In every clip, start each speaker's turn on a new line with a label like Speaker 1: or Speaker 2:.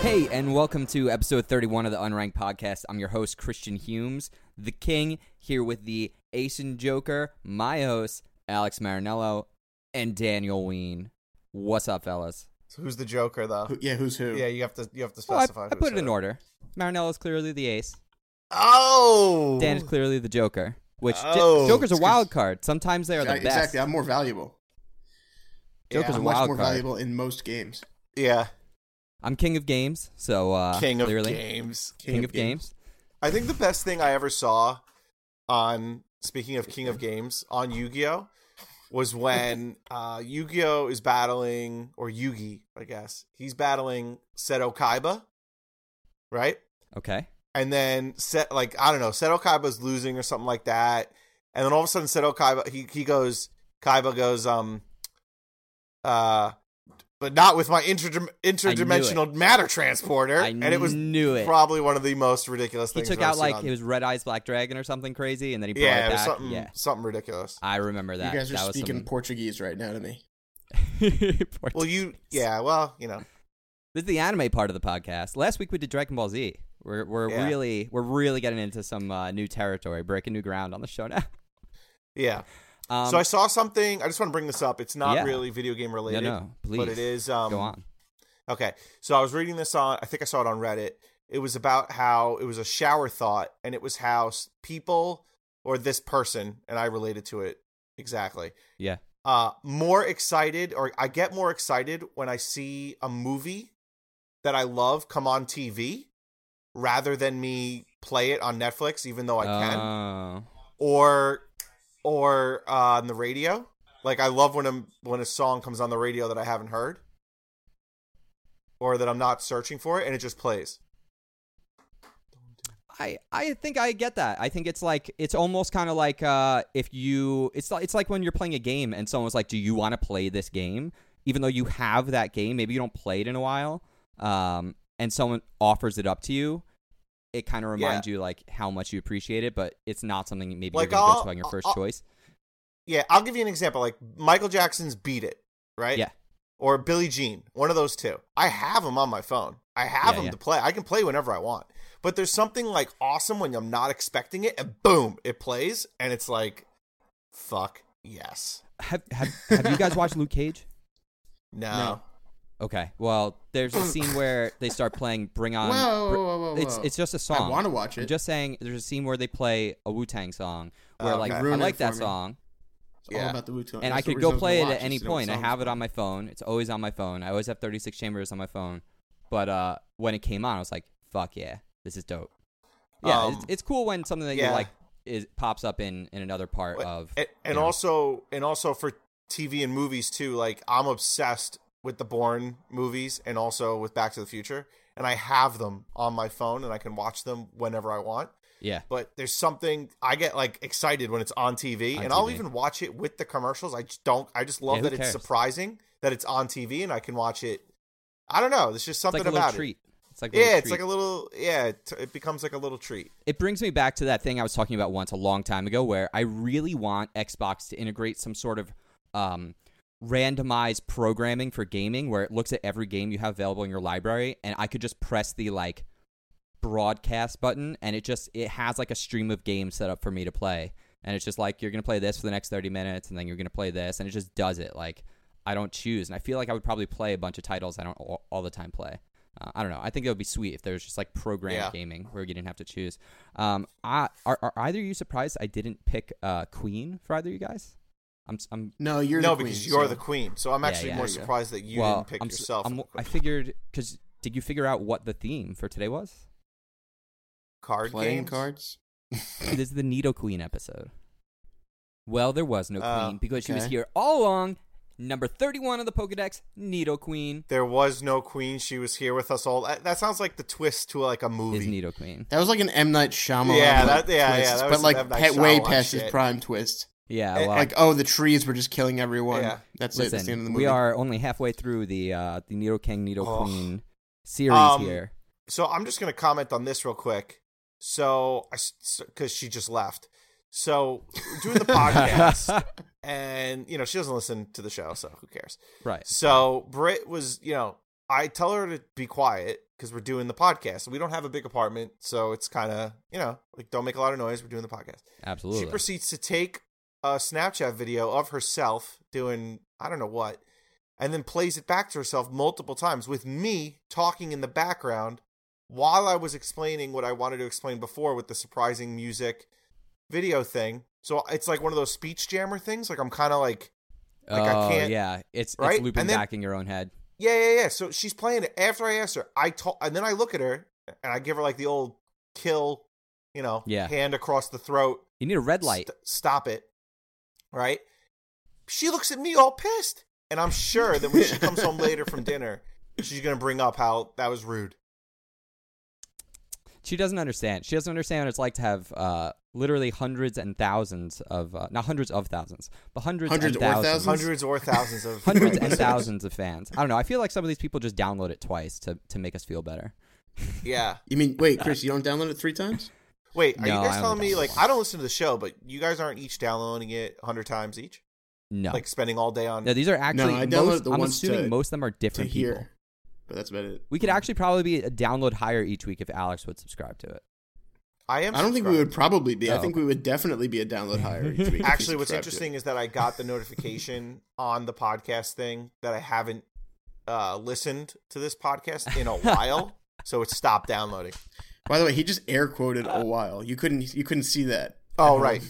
Speaker 1: Hey, and welcome to episode 31 of the Unranked Podcast. I'm your host, Christian Humes, the King, here with the Ace and Joker, my host, Alex Marinello, and Daniel Ween. What's up, fellas?
Speaker 2: So who's the Joker though?
Speaker 3: Who- yeah, who's who?
Speaker 2: Yeah, you have to you have to
Speaker 1: Well, I,
Speaker 2: specify.
Speaker 1: I put
Speaker 2: who's
Speaker 1: it in
Speaker 2: who.
Speaker 1: order. Marinello's clearly the ace.
Speaker 2: Oh,
Speaker 1: Dan is clearly the Joker. Which Jo-
Speaker 2: Oh.
Speaker 1: Joker's a
Speaker 3: It's 'cause-
Speaker 1: wild card. Sometimes they are the
Speaker 3: Yeah,
Speaker 1: best.
Speaker 3: exactly. I'm more valuable.
Speaker 1: Joker's
Speaker 2: Yeah.
Speaker 1: a
Speaker 3: I'm
Speaker 1: wild
Speaker 3: much more
Speaker 1: card.
Speaker 3: valuable in most games.
Speaker 2: yeah,
Speaker 1: I'm king of games, so uh,
Speaker 2: king of
Speaker 1: clearly
Speaker 2: games.
Speaker 1: king, of games.
Speaker 2: I think the best thing I ever saw on speaking of king of games on Yu-Gi-Oh was when uh, Yu-Gi-Oh is battling or Yugi, I guess he's battling Seto Kaiba, right?
Speaker 1: Okay,
Speaker 2: and then set like I don't know, Seto Kaiba's losing or something like that, and then all of a sudden Seto Kaiba he he goes Kaiba goes um uh but not with my interdim- interdimensional matter transporter,
Speaker 1: I
Speaker 2: and it was
Speaker 1: knew it.
Speaker 2: probably one of the most ridiculous
Speaker 1: He
Speaker 2: things
Speaker 1: took
Speaker 2: I've
Speaker 1: out
Speaker 2: seen
Speaker 1: like
Speaker 2: on-
Speaker 1: it was Red Eyes Black Dragon or something crazy, and then he brought
Speaker 2: yeah,
Speaker 1: it
Speaker 2: it was
Speaker 1: back.
Speaker 2: something
Speaker 1: yeah,
Speaker 2: something ridiculous.
Speaker 1: I remember that.
Speaker 3: You guys are
Speaker 1: that was
Speaker 3: speaking
Speaker 1: some-
Speaker 3: Portuguese right now to me.
Speaker 1: Port-
Speaker 2: Well, you yeah, well you know
Speaker 1: this is the anime part of the podcast. Last week we did Dragon Ball Z. We're we're
Speaker 2: Yeah.
Speaker 1: really we're really getting into some uh, new territory, breaking new ground on the show now.
Speaker 2: yeah.
Speaker 1: Um,
Speaker 2: so I saw something. I just want to bring this up. It's not
Speaker 1: Yeah.
Speaker 2: really video game
Speaker 1: no,
Speaker 2: related,
Speaker 1: no, please
Speaker 2: but it is. Um,
Speaker 1: go on.
Speaker 2: Okay. So I was reading this on, I think I saw it on Reddit. It was about how it was a shower thought, and it was how s- people or this person, and I related to it exactly.
Speaker 1: Yeah.
Speaker 2: Uh, more excited, or I get more excited when I see a movie that I love come on TV rather than me play it on Netflix, even though I can
Speaker 1: Oh.
Speaker 2: or or uh, on the radio. Like I love when a when a song comes on the radio that I haven't heard, or that I'm not searching for it, and it just plays.
Speaker 1: I, I think I get that. I think it's like it's almost kind of like uh, if you it's like it's like when you're playing a game and someone's like, "Do you want to play this game?" Even though you have that game, maybe you don't play it in a while, um, and someone offers it up to you. It kind of reminds you like how much you appreciate it, but it's not something maybe
Speaker 2: Like,
Speaker 1: you're gonna go
Speaker 2: I'll-
Speaker 1: to on your 1st
Speaker 2: I'll-
Speaker 1: choice.
Speaker 2: Yeah, I'll give you an example. Like Michael Jackson's "Beat It," right?
Speaker 1: Yeah.
Speaker 2: Or Billie Jean, one of those two. I have them on my phone. I have
Speaker 1: Yeah,
Speaker 2: them
Speaker 1: yeah.
Speaker 2: to play. I can play whenever I want. But there's something like awesome when I'm not expecting it, and boom, it plays, and it's like, fuck yes,
Speaker 1: Have, have have you guys watched Luke Cage?
Speaker 2: no.
Speaker 1: Okay, well, there's a scene where they start playing "Bring On."
Speaker 3: Whoa, whoa, whoa, whoa, whoa.
Speaker 1: It's it's just a song.
Speaker 3: I want to watch it.
Speaker 1: I'm just saying, there's a scene where they play a Wu Tang song where,
Speaker 2: Oh,
Speaker 1: like,
Speaker 2: okay.
Speaker 1: I
Speaker 3: Ruin it
Speaker 1: like that
Speaker 3: for me.
Speaker 1: song,
Speaker 3: It's all
Speaker 2: Yeah.
Speaker 3: about the Wu-Tang.
Speaker 1: and I
Speaker 3: That's the
Speaker 1: could go
Speaker 3: reason was
Speaker 1: play it
Speaker 3: gonna
Speaker 1: at
Speaker 3: watch
Speaker 1: any
Speaker 3: is to know what
Speaker 1: point. I
Speaker 3: song
Speaker 1: have
Speaker 3: it's
Speaker 1: it on my phone. It's always on my phone. I always have 36 chambers on my phone. But uh, when it came on, I was like, "Fuck yeah, this is dope." Yeah,
Speaker 2: Um,
Speaker 1: it's, it's cool when something that you
Speaker 2: yeah.
Speaker 1: like is pops up in in another part
Speaker 2: But-
Speaker 1: of.
Speaker 2: and, and
Speaker 1: you know.
Speaker 2: also and also for TV and movies too. Like I'm obsessed with the Bourne movies and also with Back to the Future, and I have them on my phone and I can watch them whenever I want.
Speaker 1: yeah,
Speaker 2: But there's something I get like excited when it's on TV,
Speaker 1: On
Speaker 2: and I'll
Speaker 1: TV.
Speaker 2: even watch it with the commercials. I just don't. I just love
Speaker 1: Yeah, who
Speaker 2: that it's
Speaker 1: cares?
Speaker 2: surprising that it's on TV and I can watch it. I don't know. There's just
Speaker 1: it's
Speaker 2: something
Speaker 1: like a little
Speaker 2: about
Speaker 1: treat. It's like
Speaker 2: it. Yeah, it's like a little. Yeah, it, it becomes like a little treat.
Speaker 1: It brings me back to that thing I was talking about once a long time ago, where I really want Xbox to integrate some sort of um, randomized programming for gaming, where it looks at every game you have available in your library, and I could just press the like broadcast button, and it just it has like a stream of games set up for me to play, and it's just like you're gonna play this for the next thirty minutes, and then you're gonna play this, and it just does it. Like I don't choose, and I feel like I would probably play a bunch of titles I don't all, all the time play. Uh, I don't know. I think it would be sweet if there was just like programmed
Speaker 2: Yeah.
Speaker 1: gaming where you didn't have to choose. Um, I, are, are either of you surprised I didn't pick uh, Queen for either of you guys? I'm, s- I'm
Speaker 3: No, you're
Speaker 2: no,
Speaker 3: the
Speaker 2: because
Speaker 3: queen,
Speaker 2: you're
Speaker 3: so-
Speaker 2: the queen. So I'm
Speaker 1: Yeah,
Speaker 2: actually
Speaker 1: yeah.
Speaker 2: more
Speaker 3: There you go.
Speaker 2: surprised that you
Speaker 1: well,
Speaker 2: didn't pick
Speaker 1: I'm, s-
Speaker 2: yourself.
Speaker 1: I'm, I figured because did you figure out what the theme for today was?
Speaker 2: card
Speaker 3: playing
Speaker 2: games?
Speaker 3: cards.
Speaker 1: this is the Nido Queen episode. Well, there was no
Speaker 2: Oh,
Speaker 1: queen because she was
Speaker 3: okay.
Speaker 1: here all along. Number thirty-one of the Pokedex, Nido Queen
Speaker 2: There was no queen. She was here with us all. That, that sounds like the twist to like a
Speaker 1: is
Speaker 2: movie.
Speaker 1: Nido Queen.
Speaker 3: That was like an M Night Shyamalan.
Speaker 2: Yeah,
Speaker 3: like,
Speaker 2: that- yeah, yeah,
Speaker 3: twist,
Speaker 2: that was
Speaker 3: but like
Speaker 2: some M. Night
Speaker 3: pet- way
Speaker 2: Shyamalan
Speaker 3: past
Speaker 2: shit.
Speaker 3: his prime twist.
Speaker 1: Yeah,
Speaker 2: Eh,
Speaker 1: well,
Speaker 3: Like, oh, the trees were just killing everyone.
Speaker 2: Yeah.
Speaker 3: That's it.
Speaker 1: listen,
Speaker 3: That's the end of the movie.
Speaker 1: we are only halfway through the uh, the Nido King, Nido
Speaker 2: Oh.
Speaker 1: Queen series
Speaker 2: Um,
Speaker 1: here.
Speaker 2: so I'm just gonna comment on this real quick. So, because she just left. So we're doing the podcast, and you know she doesn't listen to the show, so who cares?
Speaker 1: Right.
Speaker 2: So Britt was, you know, I tell her to be quiet because we're doing the podcast. We don't have a big apartment, so it's kind of, you know, like don't make a lot of noise. We're doing the podcast.
Speaker 1: Absolutely.
Speaker 2: She proceeds to take a Snapchat video of herself doing I don't know what, and then plays it back to herself multiple times with me talking in the background while I was explaining what I wanted to explain before with the surprising music video thing. So it's like one of those speech jammer things. Like I'm kind of like
Speaker 1: oh,
Speaker 2: like, I can't-
Speaker 1: yeah. It's,
Speaker 2: right?
Speaker 1: it's looping
Speaker 2: And then-
Speaker 1: back in your own head.
Speaker 2: Yeah, yeah, yeah. So she's playing it after I asked her. I told, and then I look at her and I give her like the old kill, you know,
Speaker 1: Yeah.
Speaker 2: hand across the throat.
Speaker 1: You need a red light.
Speaker 2: St- stop it. Right? She looks at me all pissed. And I'm sure that when she comes home later from dinner, she's going to bring up how that was rude.
Speaker 1: She doesn't understand. She doesn't understand what it's like to have uh, literally hundreds and thousands of uh, not hundreds of thousands, but hundreds,
Speaker 3: Hundreds
Speaker 1: and
Speaker 3: or
Speaker 1: thousands,
Speaker 3: thousands?
Speaker 2: Hundreds or thousands of
Speaker 1: hundreds and thousands of fans. I don't know. I feel like some of these people just download it twice to to make us feel better.
Speaker 2: Yeah.
Speaker 3: You mean
Speaker 1: uh,
Speaker 3: wait, Chris? You don't download it three times?
Speaker 2: Wait,
Speaker 1: No,
Speaker 2: are you guys
Speaker 1: I
Speaker 2: telling
Speaker 1: only
Speaker 2: me, like,
Speaker 1: download
Speaker 2: I don't listen to the show, but you guys aren't each downloading it 100 times each?
Speaker 1: No,
Speaker 2: Like, spending all day on.
Speaker 1: no. These are actually
Speaker 3: I downloaded
Speaker 1: most.
Speaker 3: the
Speaker 1: I'm
Speaker 3: ones
Speaker 1: assuming
Speaker 3: to-
Speaker 1: most of them are
Speaker 3: To
Speaker 1: different people.
Speaker 3: hear, Mm. but that's about it.
Speaker 1: We could actually probably be a download higher each week if Alex would subscribe to it.
Speaker 2: I am.
Speaker 3: I don't think we would
Speaker 2: subscribed.
Speaker 3: probably be. I
Speaker 1: Oh.
Speaker 3: think we would definitely be a download higher each week. if you
Speaker 2: Actually, what's
Speaker 3: subscribe to it.
Speaker 2: interesting is that I got the notification on the podcast thing that I haven't uh, listened to this podcast in a while, so it stopped downloading.
Speaker 3: By the way, he just air quoted a while. You couldn't you couldn't see that.
Speaker 2: Oh, right.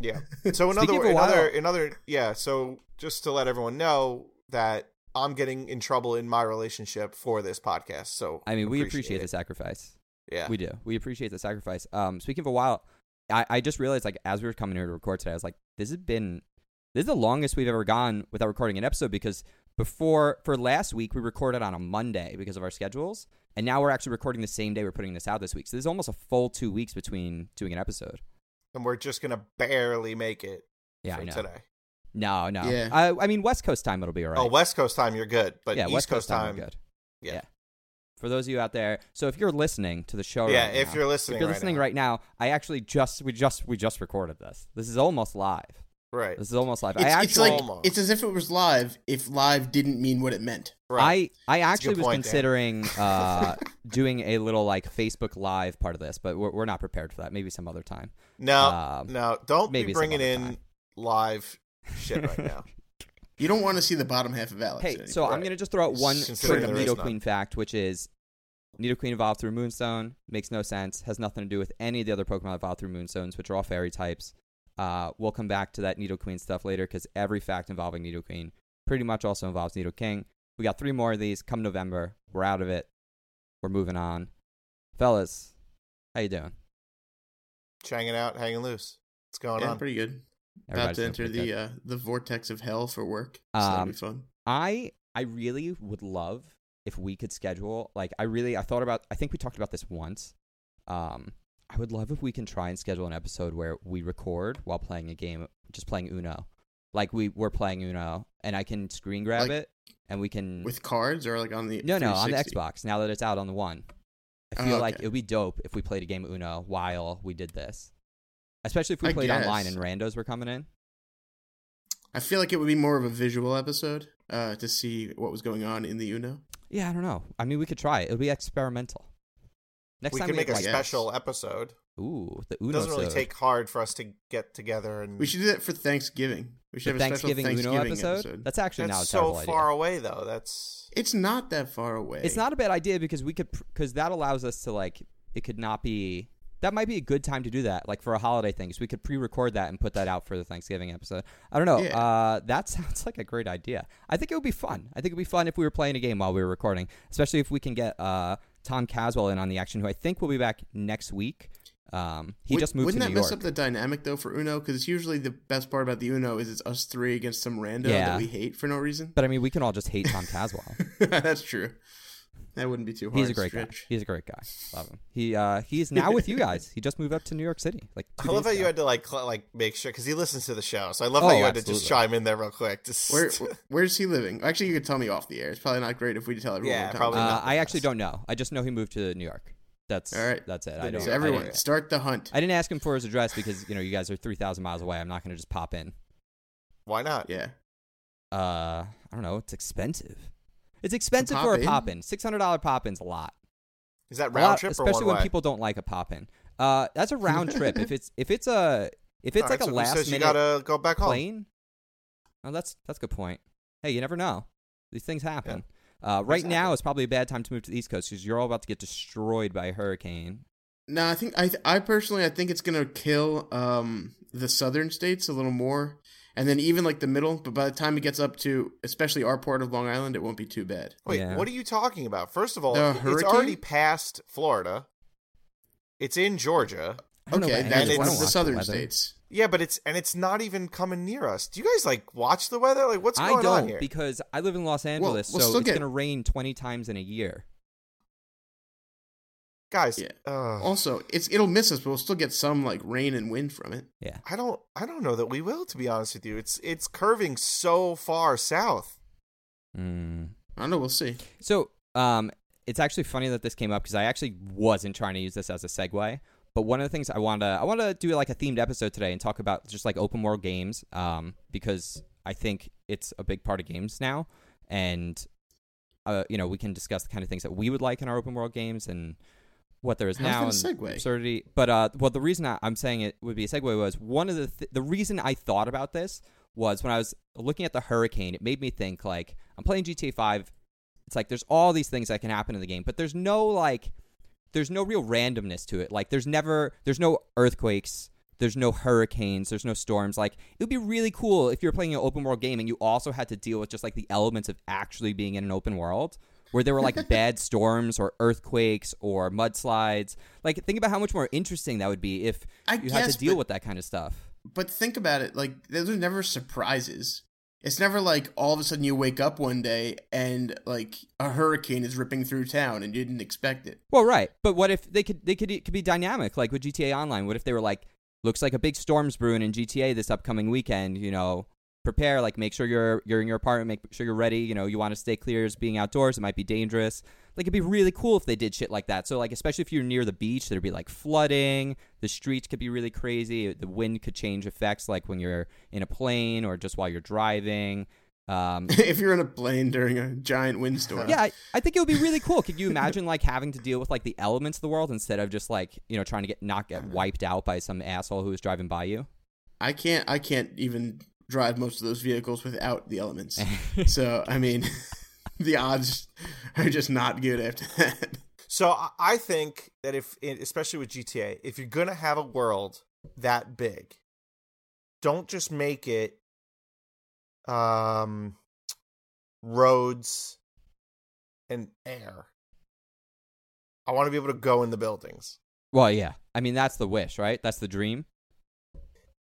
Speaker 2: Yeah. So another
Speaker 1: Speaking of a
Speaker 2: another
Speaker 1: while-
Speaker 2: another yeah, so just to let everyone know that I'm getting in trouble in my relationship for this podcast. So
Speaker 1: I mean, we appreciate
Speaker 2: appreciate
Speaker 1: the sacrifice.
Speaker 2: it. Yeah.
Speaker 1: We do. We appreciate the sacrifice. Um, speaking of a while, I, I just realized like as we were coming here to record today, I was like, this has been this is the longest we've ever gone without recording an episode because before for last week we recorded on a Monday because of our schedules, and now we're actually recording the same day we're putting this out this week. So there's almost a full two weeks between doing an episode.
Speaker 2: and we're just gonna barely make it
Speaker 1: Yeah,
Speaker 2: for
Speaker 1: I know.
Speaker 2: today.
Speaker 1: No, no.
Speaker 3: Yeah.
Speaker 1: I, I mean, West Coast time it'll be all right.
Speaker 2: Oh, West Coast time you're good, but
Speaker 1: yeah,
Speaker 2: East
Speaker 1: West
Speaker 2: Coast time,
Speaker 1: we're good.
Speaker 2: Yeah.
Speaker 1: Yeah. For those of you out there, so if you're listening to the show,
Speaker 2: Yeah,
Speaker 1: right
Speaker 2: if
Speaker 1: now-
Speaker 2: you're listening
Speaker 1: if you're
Speaker 2: right
Speaker 1: listening
Speaker 2: now.
Speaker 1: right now, I actually just we just we just recorded this. This is almost live.
Speaker 2: right.
Speaker 1: This is almost live. I
Speaker 3: It's, it's
Speaker 1: actually,
Speaker 3: like
Speaker 2: Almost.
Speaker 3: it's as if it was live. If live didn't mean what it meant.
Speaker 2: Right.
Speaker 1: I I
Speaker 2: That's a
Speaker 1: actually
Speaker 2: good
Speaker 1: was
Speaker 2: point, Dan.
Speaker 1: considering uh, doing a little like Facebook Live part of this, but we're, we're not prepared for that. Maybe some other time.
Speaker 2: no
Speaker 1: um,
Speaker 2: no, don't
Speaker 1: maybe
Speaker 2: be
Speaker 1: some
Speaker 2: bringing
Speaker 1: other
Speaker 2: in
Speaker 1: time.
Speaker 2: live shit right now.
Speaker 3: You don't want to see the bottom half of Alex.
Speaker 1: Hey,
Speaker 3: anymore.
Speaker 1: so I'm
Speaker 2: Right.
Speaker 1: gonna just throw out one
Speaker 2: Considering
Speaker 1: quick
Speaker 2: there is
Speaker 1: Nido
Speaker 2: none.
Speaker 1: Queen fact, which is Nido Queen evolved through Moonstone. Makes no sense. Has nothing to do with any of the other Pokemon that evolved through Moonstones, which are all fairy types. Uh, we'll come back to that Nido Queen stuff later because every fact involving Nido Queen pretty much also involves Nido King. We got three more of these come November. We're out of it. We're moving on, fellas. How you doing?
Speaker 2: Just hanging out, hanging loose. What's going
Speaker 3: yeah,
Speaker 2: on?
Speaker 3: pretty good.
Speaker 1: um,
Speaker 3: About
Speaker 1: Everybody's
Speaker 3: to
Speaker 1: doing
Speaker 3: enter
Speaker 1: pretty good.
Speaker 3: the uh, the vortex of hell for work. So that'll
Speaker 1: Um,
Speaker 3: be fun.
Speaker 1: I I really would love if we could schedule like I really I thought about I think we talked about this once. Um I would love if we can try and schedule an episode where we record while playing a game just playing Uno. Like we we're playing Uno and I can screen grab
Speaker 3: Like,
Speaker 1: it and we can
Speaker 3: With cards or like on the
Speaker 1: No, no, on the
Speaker 3: 360?
Speaker 1: Xbox now that it's out on the one. I
Speaker 3: Oh,
Speaker 1: feel like
Speaker 3: okay.
Speaker 1: it would be dope if we played a game of Uno while we did this. Especially if we
Speaker 3: I
Speaker 1: played online
Speaker 3: guess.
Speaker 1: and randos were coming in.
Speaker 3: I feel like it would be more of a visual episode uh, to see what was going on in the Uno.
Speaker 1: Yeah, I don't know. I mean, we could try it. It'll be experimental. Next
Speaker 2: we
Speaker 1: time
Speaker 2: can
Speaker 1: we
Speaker 2: make a
Speaker 1: have, like,
Speaker 3: guess.
Speaker 2: special episode.
Speaker 1: Ooh, the
Speaker 2: It
Speaker 1: Uno.
Speaker 2: doesn't really
Speaker 1: episode.
Speaker 2: take hard for us to get together and
Speaker 3: We should do that for Thanksgiving. We should
Speaker 1: the
Speaker 3: have a
Speaker 1: Thanksgiving,
Speaker 3: special Thanksgiving
Speaker 1: Uno episode? That's actually
Speaker 2: That's
Speaker 1: not a
Speaker 2: so
Speaker 1: terrible
Speaker 2: far
Speaker 1: idea.
Speaker 2: away though. That's
Speaker 3: It's not that far away.
Speaker 1: It's not a bad idea because we could because that allows us to like it could not be that might be a good time to do that like for a holiday thing so we could pre-record that and put that out for the Thanksgiving episode. I don't know.
Speaker 3: Yeah.
Speaker 1: Uh, that sounds like a great idea. I think it would be fun. I think it'd be fun if we were playing a game while we were recording, especially if we can get uh, Tom Caswell in on the action, who I think will be back next week. Um, he
Speaker 3: Would-
Speaker 1: just moved
Speaker 3: Wouldn't
Speaker 1: to
Speaker 3: that
Speaker 1: New
Speaker 3: mess
Speaker 1: York.
Speaker 3: up the dynamic though for Uno? Because usually the best part about the Uno is it's us three against some rando
Speaker 1: Yeah.
Speaker 3: that we hate for no reason.
Speaker 1: but I mean, we can all just hate Tom Caswell.
Speaker 3: That's true. That wouldn't be too hard.
Speaker 1: He's a
Speaker 3: to
Speaker 1: great
Speaker 3: stretch.
Speaker 1: guy. He's a great guy. Love him. He uh, he's now with you guys. He just moved up to New York City. Like two
Speaker 2: I love
Speaker 1: days
Speaker 2: how you
Speaker 1: ago.
Speaker 2: had to like cl- like make sure because he listens to the show. So I love
Speaker 1: Oh,
Speaker 2: how you had to just
Speaker 1: absolutely.
Speaker 2: chime in there real quick. Just
Speaker 3: Where where's he living? Actually, you could tell me off the air. It's probably not great if we tell everyone.
Speaker 2: Yeah,
Speaker 3: we're talking
Speaker 2: probably
Speaker 3: about.
Speaker 1: Uh,
Speaker 2: not
Speaker 1: I
Speaker 2: the
Speaker 1: actually
Speaker 2: best.
Speaker 1: don't know. I just know he moved to New York. That's
Speaker 3: All right.
Speaker 1: That's it.
Speaker 2: Then
Speaker 1: I don't.
Speaker 2: it's
Speaker 3: So
Speaker 1: I
Speaker 3: everyone,
Speaker 1: didn't-
Speaker 3: start the hunt.
Speaker 1: I didn't ask him for his address because you know you guys are three thousand miles away. I'm not going to just pop in.
Speaker 2: Why not?
Speaker 3: yeah.
Speaker 1: Uh, I don't know. It's expensive. It's expensive for a
Speaker 3: pop-in?
Speaker 1: pop in. Six hundred dollar pop in's a lot.
Speaker 2: Is that
Speaker 1: A
Speaker 2: round
Speaker 1: lot,
Speaker 2: trip
Speaker 1: especially
Speaker 2: or one
Speaker 1: when
Speaker 2: way?
Speaker 1: people don't like a pop in. Uh, that's a round trip. If it's if it's a if it's
Speaker 2: All
Speaker 1: like
Speaker 2: right,
Speaker 1: a
Speaker 2: so who
Speaker 1: last
Speaker 2: says
Speaker 1: minute
Speaker 2: you gotta go back home.
Speaker 1: plane. Oh, that's that's a good point. Hey, you never know. These things happen. Uh, right
Speaker 2: Things
Speaker 1: now
Speaker 2: happen.
Speaker 1: is probably a bad time to move to the East Coast because you're all about to get destroyed by a hurricane.
Speaker 3: No, I think I th- I personally I think it's gonna kill um the southern states a little more, and then even like the middle. But by the time it gets up to especially our part of Long Island, it won't be too bad.
Speaker 2: Wait,
Speaker 1: Yeah.
Speaker 2: what are you talking about? First of all,
Speaker 3: The
Speaker 2: it's
Speaker 3: hurricane?
Speaker 2: already past Florida. It's in Georgia.
Speaker 1: I don't know
Speaker 3: Okay,
Speaker 1: about
Speaker 2: then
Speaker 1: any
Speaker 3: that's
Speaker 1: of
Speaker 2: it's-
Speaker 3: one
Speaker 1: this. I
Speaker 3: of
Speaker 1: don't
Speaker 3: the
Speaker 1: watch
Speaker 3: southern
Speaker 1: weather.
Speaker 3: states.
Speaker 2: Yeah, but it's and it's not even coming near us. Do you guys like watch the weather? Like what's going
Speaker 1: I don't
Speaker 2: on here?
Speaker 1: because I live in Los Angeles,
Speaker 3: we'll
Speaker 1: so
Speaker 3: still
Speaker 1: it's
Speaker 3: get-
Speaker 1: going to rain 20 times in a year.
Speaker 2: guys,
Speaker 3: Yeah.
Speaker 2: uh,
Speaker 3: Also, it's it'll miss us, but we'll still get some like rain and wind from it.
Speaker 1: Yeah.
Speaker 2: I don't I don't know that we will to be honest with you. It's it's curving so far south.
Speaker 1: Mm.
Speaker 3: I don't know. We'll see.
Speaker 1: So, um, it's actually funny that this came up because I actually wasn't trying to use this as a segue. But one of the things I want to I want to do like a themed episode today and talk about just like open world games, um, because I think it's a big part of games now, and uh, you know we can discuss the kind of things that we would like in our open world games and what there is
Speaker 3: How's
Speaker 1: now and
Speaker 3: that a segue?
Speaker 1: absurdity. But uh, well, the reason I, I'm saying it would be a segue was one of the th- the reason I thought about this was when I was looking at the hurricane. It made me think like I'm playing GTA Five. It's like there's all these things that can happen in the game, but there's no like there's no real randomness to it. Like there's never there's no earthquakes, there's no hurricanes, there's no storms. Like it would be really cool if you're playing an open world game and you also had to deal with just like the elements of actually being in an open world where there were like bad storms or earthquakes or mudslides. Like think about how much more interesting that would be if
Speaker 3: I
Speaker 1: you had
Speaker 3: guess,
Speaker 1: to deal
Speaker 3: but-
Speaker 1: with that kind of stuff.
Speaker 3: But think about it, like those are never surprises. It's never like all of a sudden you wake up one day and like a hurricane is ripping through town and you didn't expect it.
Speaker 1: Well, right, but what if they could they could it could be dynamic like with GTA Online? What if they were like, looks like a big storm's brewing in GTA this upcoming weekend? You know, prepare like make sure you're you're in your apartment, make sure you're ready. You know, you want to stay clear as being outdoors. It might be dangerous. Like it'd be really cool if they did shit like that. So like especially if you're near the beach, there'd be like flooding. The streets could be really crazy. The wind could change effects like when you're in a plane or just while you're driving. Um,
Speaker 3: if you're in a plane during a giant windstorm.
Speaker 1: yeah, I, I think it would be really cool. Could you imagine like having to deal with like the elements of the world instead of just like you know trying to get not get wiped out by some asshole who was driving by you?
Speaker 3: I can't I can't even drive most of those vehicles without the elements. so I mean the odds are just not good after that.
Speaker 2: So I- I think that if especially with GTA, if you're going to have a world that big, don't just make it um roads and air. I want to be able to go in the buildings.
Speaker 1: Well, yeah. I mean, that's the wish, right? That's the dream.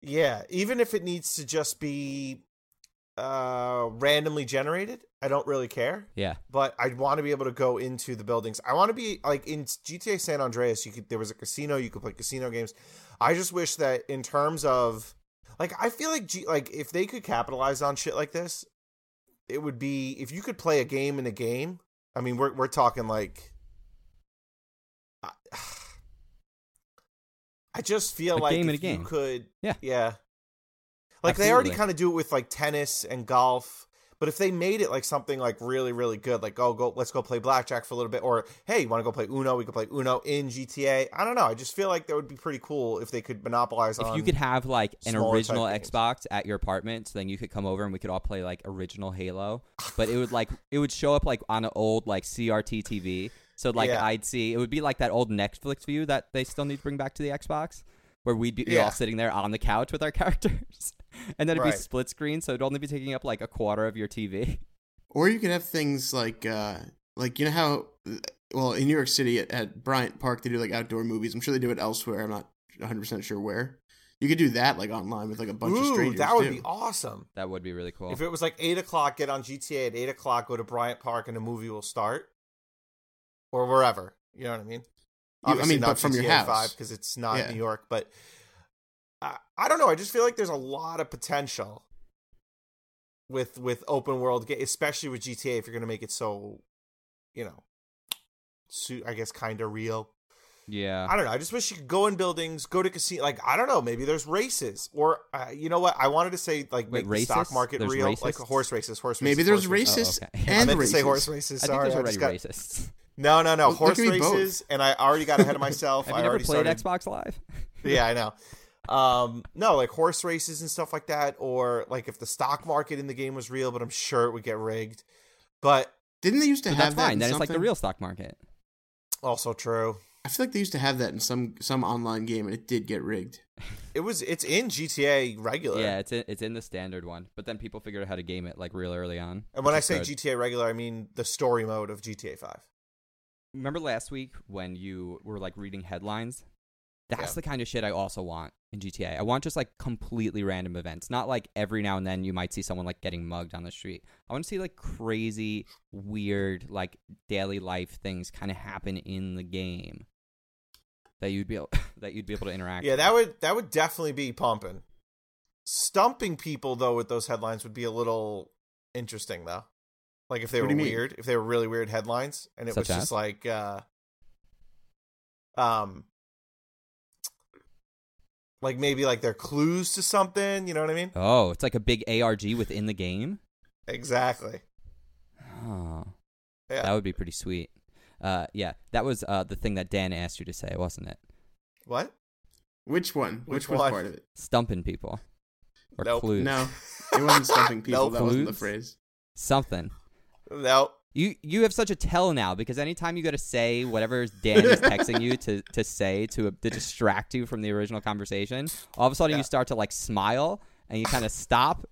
Speaker 2: Yeah, even if it needs to just be uh randomly generated, I don't really care.
Speaker 1: Yeah.
Speaker 2: But I'd want to be able to go into the buildings. I want to be like in GTA San Andreas, you could there was a casino, you could play casino games. I just wish that in terms of like I feel like G, like if they could capitalize on shit like this, it would be if you could play a game in a game. I mean, we're we're talking like I, I just feel
Speaker 1: A
Speaker 2: like
Speaker 1: game in
Speaker 2: if
Speaker 1: a game.
Speaker 2: you could
Speaker 1: Yeah.
Speaker 2: yeah. Like they already
Speaker 1: Absolutely.
Speaker 2: kind of do it with like tennis and golf, but if they made it like something like really really good, like oh go let's go play blackjack for a little bit, or hey you want to go play Uno? We could play Uno in GTA. I don't know. I just feel like that would be pretty cool if they could monopolize on.
Speaker 1: If you could have like an
Speaker 2: Um, smaller type
Speaker 1: original
Speaker 2: games.
Speaker 1: Xbox at your apartment, so then you could come over and we could all play like original Halo, but it would like it would show up like on an old like CRT TV. So like
Speaker 2: Yeah.
Speaker 1: I'd see it would be like that old Netflix view that they still need to bring back to the Xbox, where we'd be
Speaker 2: Yeah.
Speaker 1: all sitting there on the couch with our characters, and then it'd be
Speaker 2: Right.
Speaker 1: split screen, so it'd only be taking up like a quarter of your TV.
Speaker 3: Or you could have things like uh like you know how well in New York City at, at Bryant Park they do like outdoor movies. I'm sure they do it elsewhere. I'm not 100% sure where. You could do that like online with like a bunch of
Speaker 2: Ooh,
Speaker 3: strangers.
Speaker 2: that would
Speaker 3: too.
Speaker 2: be awesome.
Speaker 1: That would be really cool.
Speaker 2: If it was like eight o'clock, get on GTA at eight o'clock, go to Bryant Park, and the movie will start, or wherever. You know what I mean?
Speaker 3: I mean, but from your house.
Speaker 2: because it's not
Speaker 3: Yeah.
Speaker 2: New York. But I, I don't know. I just feel like there's a lot of potential with with open world, ga- especially with GTA. If you're going to make it so, you know, su- I guess kind of real.
Speaker 1: Yeah.
Speaker 2: I don't know. I just wish you could go in buildings, go to casino. Like I don't know. Maybe there's races, or uh, you know what? I wanted to say like
Speaker 1: Wait,
Speaker 2: make the stock
Speaker 1: racists?
Speaker 2: market
Speaker 1: There's
Speaker 2: real,
Speaker 1: racists?
Speaker 2: like horse races, horse races.
Speaker 3: Maybe there's
Speaker 2: horse races.
Speaker 3: racists
Speaker 1: Oh, okay.
Speaker 2: I
Speaker 3: and
Speaker 2: meant to say
Speaker 3: racists.
Speaker 2: horse races.
Speaker 1: I think
Speaker 2: Sorry,
Speaker 1: there's already
Speaker 2: just got,
Speaker 1: racists.
Speaker 2: no, no, no,
Speaker 3: Well, there
Speaker 2: horse
Speaker 3: can be both.
Speaker 2: races, and I already got ahead of myself.
Speaker 1: Have
Speaker 2: I
Speaker 1: you never
Speaker 2: already
Speaker 1: played
Speaker 2: started
Speaker 1: Xbox Live?
Speaker 2: yeah, I know. Um, no, like horse races and stuff like that, or like if the stock market in the game was real, but I'm sure it would get rigged. But
Speaker 3: Didn't they used to
Speaker 1: But
Speaker 3: have
Speaker 1: that's fine.
Speaker 3: that? in
Speaker 1: Then it's like the
Speaker 3: something?
Speaker 1: real stock market.
Speaker 2: also true,
Speaker 3: I feel like they used to have that in some some online game, and it did get rigged.
Speaker 2: it was it's in GTA regular.
Speaker 1: Yeah, it's in, it's in the standard one. But then people figured out how to game it like real early on.
Speaker 2: and when
Speaker 1: which
Speaker 2: I
Speaker 1: is
Speaker 2: say
Speaker 1: good.
Speaker 2: GTA regular, I mean the story mode of GTA Five.
Speaker 1: remember last week when you were like reading headlines? That's
Speaker 2: Yeah.
Speaker 1: the kind of shit I also want in GTA. I want just like completely random events. Not like every now and then you might see someone like getting mugged on the street. I want to see like crazy, weird, like daily life things kind of happen in the game that you'd be able, that you'd be able to interact.
Speaker 2: Yeah, that would that would definitely be pumping. Stumping people though with those headlines would be a little interesting though. Like if they
Speaker 3: What do
Speaker 2: were
Speaker 3: you mean?
Speaker 2: weird, if they were really weird headlines, and it
Speaker 1: Such
Speaker 2: was
Speaker 1: as?
Speaker 2: just like, uh, um, like maybe like they're clues to something. You know what I mean?
Speaker 1: Oh, it's like a big ARG within the game.
Speaker 2: Exactly.
Speaker 1: Oh,
Speaker 2: Yeah.
Speaker 1: that would be pretty sweet. Uh, yeah, that was uh, the thing that Dan asked you to say, wasn't it?
Speaker 2: what?
Speaker 3: Which one?
Speaker 2: Which
Speaker 3: Which, was
Speaker 2: one?
Speaker 3: part of it?
Speaker 1: Stumping people or
Speaker 2: Nope.
Speaker 1: clues.
Speaker 3: No, it wasn't stumping people.
Speaker 2: Nope.
Speaker 3: that wasn't the
Speaker 1: Clues?
Speaker 3: phrase.
Speaker 1: something.
Speaker 2: No.
Speaker 1: You you have such a tell now because anytime you got to say whatever Dan is texting you to to say to uh, to distract you from the original conversation, all of a sudden
Speaker 2: Yeah.
Speaker 1: you start to like smile and you kind of stop,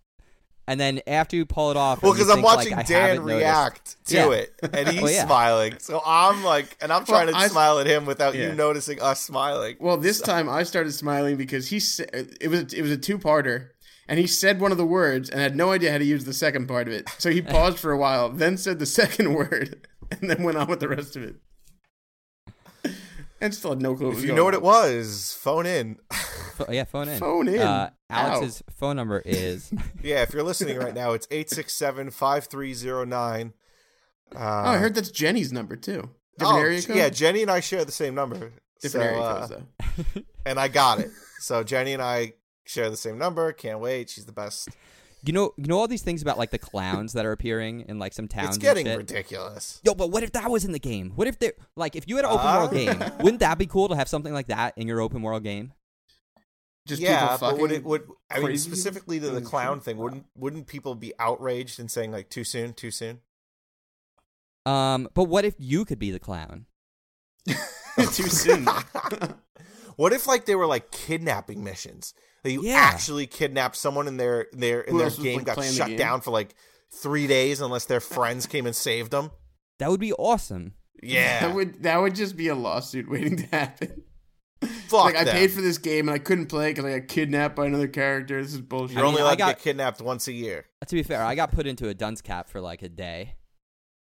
Speaker 1: and then after you pull it off,
Speaker 2: Well,
Speaker 1: and you
Speaker 2: because I'm
Speaker 1: think, like,
Speaker 2: watching
Speaker 1: "I
Speaker 2: Dan
Speaker 1: haven't noticed."
Speaker 2: react to
Speaker 1: Yeah.
Speaker 2: it, and he's
Speaker 1: Oh, yeah.
Speaker 2: smiling. So I'm like, and I'm
Speaker 3: Well,
Speaker 2: trying to
Speaker 3: I-
Speaker 2: smile at him without
Speaker 3: Yeah.
Speaker 2: you noticing us smiling.
Speaker 3: Well, this time I started smiling because he sa- it was it was a two parter, and he said one of the words and had no idea how to use the second part of it. So he paused for a while, then said the second word, and then went on with the rest of it. And still had no clue.
Speaker 2: If you know what it was, phone in.
Speaker 1: Pho- yeah, phone in.
Speaker 3: Phone in.
Speaker 1: Uh, Alex's
Speaker 3: Ow.
Speaker 1: phone number is
Speaker 2: yeah, if you're listening right now, it's 867 5309. Oh,
Speaker 3: Oh, I heard that's Jenny's number too. Different area code.
Speaker 2: Yeah, Jenny and I share the same number.
Speaker 3: different
Speaker 2: so,
Speaker 3: area
Speaker 2: uh,
Speaker 3: codes though.
Speaker 2: and I got it. So Jenny and I share the same number. Can't wait. She's the best.
Speaker 1: you know you know all these things about like the clowns that are appearing in like some towns.
Speaker 2: it's
Speaker 1: and
Speaker 2: getting
Speaker 1: shit?
Speaker 2: ridiculous.
Speaker 1: Yo, but what if that was in the game? What if they like if you had an open
Speaker 2: Ah.
Speaker 1: world game? Wouldn't that be cool to have something like that in your open world game?
Speaker 3: Just
Speaker 2: yeah,
Speaker 3: people
Speaker 2: but
Speaker 3: fucking.
Speaker 2: would it would I mean
Speaker 3: crazy
Speaker 2: specifically to the
Speaker 3: doing shit.
Speaker 2: clown thing? Wouldn't wouldn't people be outraged and saying like too soon, too soon?
Speaker 1: Um, but what if you could be the clown?
Speaker 3: too soon.
Speaker 2: What if like they were like kidnapping missions? That you
Speaker 1: Yeah.
Speaker 2: actually kidnapped someone in their their in
Speaker 3: Who
Speaker 2: their
Speaker 3: else was,
Speaker 2: game
Speaker 3: like,
Speaker 2: got
Speaker 3: playing the
Speaker 2: shut
Speaker 3: game?
Speaker 2: down for like three days unless their friends came and saved them.
Speaker 1: That would be awesome.
Speaker 2: Yeah,
Speaker 3: That would that would just be a lawsuit waiting to happen.
Speaker 2: fuck.
Speaker 3: like I
Speaker 2: them.
Speaker 3: paid for this game and I couldn't play because I got kidnapped by another character. This is bullshit.
Speaker 1: I
Speaker 2: You're
Speaker 1: mean,
Speaker 2: only
Speaker 1: I
Speaker 2: allowed to
Speaker 1: got-
Speaker 2: get kidnapped once a year.
Speaker 1: To be fair, I got put into a dunce cap for like a day.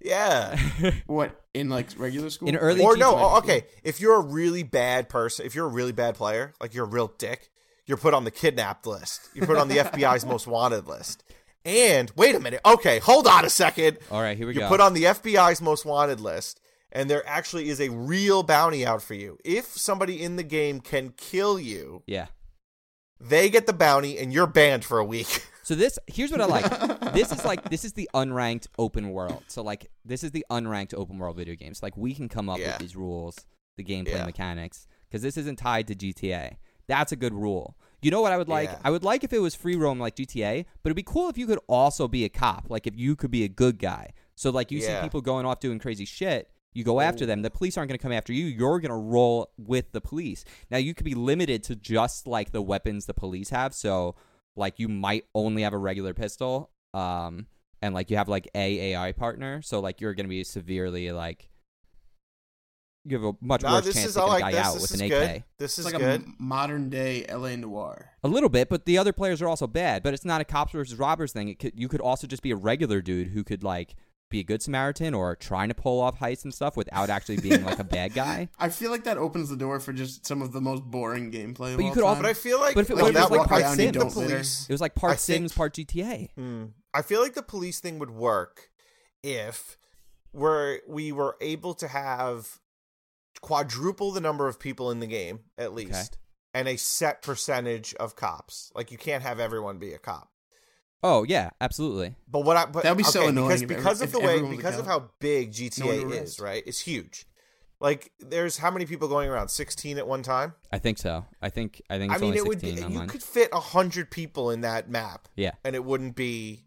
Speaker 2: Yeah.
Speaker 3: what in like regular school?
Speaker 1: In early- They
Speaker 2: Or
Speaker 1: teach
Speaker 2: no,
Speaker 1: them
Speaker 2: oh,
Speaker 3: everything.
Speaker 2: okay. If you're a really bad person, if you're a really bad player, like you're a real dick, you're put on the kidnapped list. You're put on the FBI's most wanted list. And wait a minute. Okay, hold on a second.
Speaker 1: All right, here we
Speaker 2: you
Speaker 1: go.
Speaker 2: put on the FBI's most wanted list, and there actually is a real bounty out for you. If somebody in the game can kill you,
Speaker 1: yeah.
Speaker 2: they get the bounty, and you're banned for a week.
Speaker 1: So this here's what I like. this is like this is the unranked open world. So like this is the unranked open world video games. Like we can come up
Speaker 2: Yeah.
Speaker 1: with these rules, the gameplay
Speaker 2: Yeah.
Speaker 1: mechanics, because this isn't tied to GTA. That's a good rule. You know what I would like?
Speaker 2: Yeah.
Speaker 1: I would like if it was free roam like GTA, but it'd be cool if you could also be a cop. Like if you could be a good guy. So like you
Speaker 2: Yeah.
Speaker 1: see people going off doing crazy shit, you go after them. The police aren't going to come after you. You're going to roll with the police. Now you could be limited to just like the weapons the police have. So like you might only have a regular pistol um and like you have like a ai partner so like you're gonna be severely like you have a much
Speaker 2: Nah,
Speaker 1: worse
Speaker 2: this
Speaker 1: chance
Speaker 2: is
Speaker 1: to
Speaker 2: I
Speaker 1: get
Speaker 2: like
Speaker 1: die
Speaker 2: this.
Speaker 1: out
Speaker 2: This
Speaker 1: with
Speaker 2: is
Speaker 1: an ak
Speaker 2: good. This is
Speaker 3: It's like
Speaker 2: good.
Speaker 3: a modern day LA noir.
Speaker 1: a little bit but the other players are also bad but it's not a cops versus robbers thing it could you could also just be a regular dude who could like be a good samaritan or trying to pull off heists and stuff without actually being like a bad guy
Speaker 3: I feel like that opens the door for just some of the most boring gameplay. of
Speaker 1: But you
Speaker 3: all
Speaker 1: could
Speaker 3: time.
Speaker 1: also-
Speaker 2: But I feel like
Speaker 1: But if it-
Speaker 2: like,
Speaker 1: what if
Speaker 2: that
Speaker 1: it's like
Speaker 2: would-
Speaker 1: part
Speaker 2: I
Speaker 1: Sims
Speaker 2: think the
Speaker 3: don't litter?
Speaker 2: police.
Speaker 1: it was like
Speaker 2: I
Speaker 1: part
Speaker 2: think-
Speaker 1: sims part gta
Speaker 2: Hmm. I feel like the police thing would work if we're we were able to have quadruple the number of people in the game at least and a set percentage of cops like you can't have everyone be a cop
Speaker 1: Oh yeah, absolutely.
Speaker 2: but what i but
Speaker 3: That'd be so
Speaker 2: okay,
Speaker 3: annoying
Speaker 2: because,
Speaker 3: if
Speaker 2: because
Speaker 3: every-
Speaker 2: of the
Speaker 3: if
Speaker 2: way
Speaker 3: everyone was a
Speaker 2: because of
Speaker 3: cop.
Speaker 2: how big
Speaker 3: No one
Speaker 2: gta
Speaker 3: to
Speaker 2: is
Speaker 3: arrest.
Speaker 2: right it's huge like there's how many people going around 16 at one time
Speaker 1: I think so. I think I think
Speaker 2: i
Speaker 1: it's
Speaker 2: mean
Speaker 1: only
Speaker 2: it would be
Speaker 1: sixteen
Speaker 2: you
Speaker 1: online.
Speaker 2: could fit 100 people in that map
Speaker 1: yeah,
Speaker 2: and it wouldn't be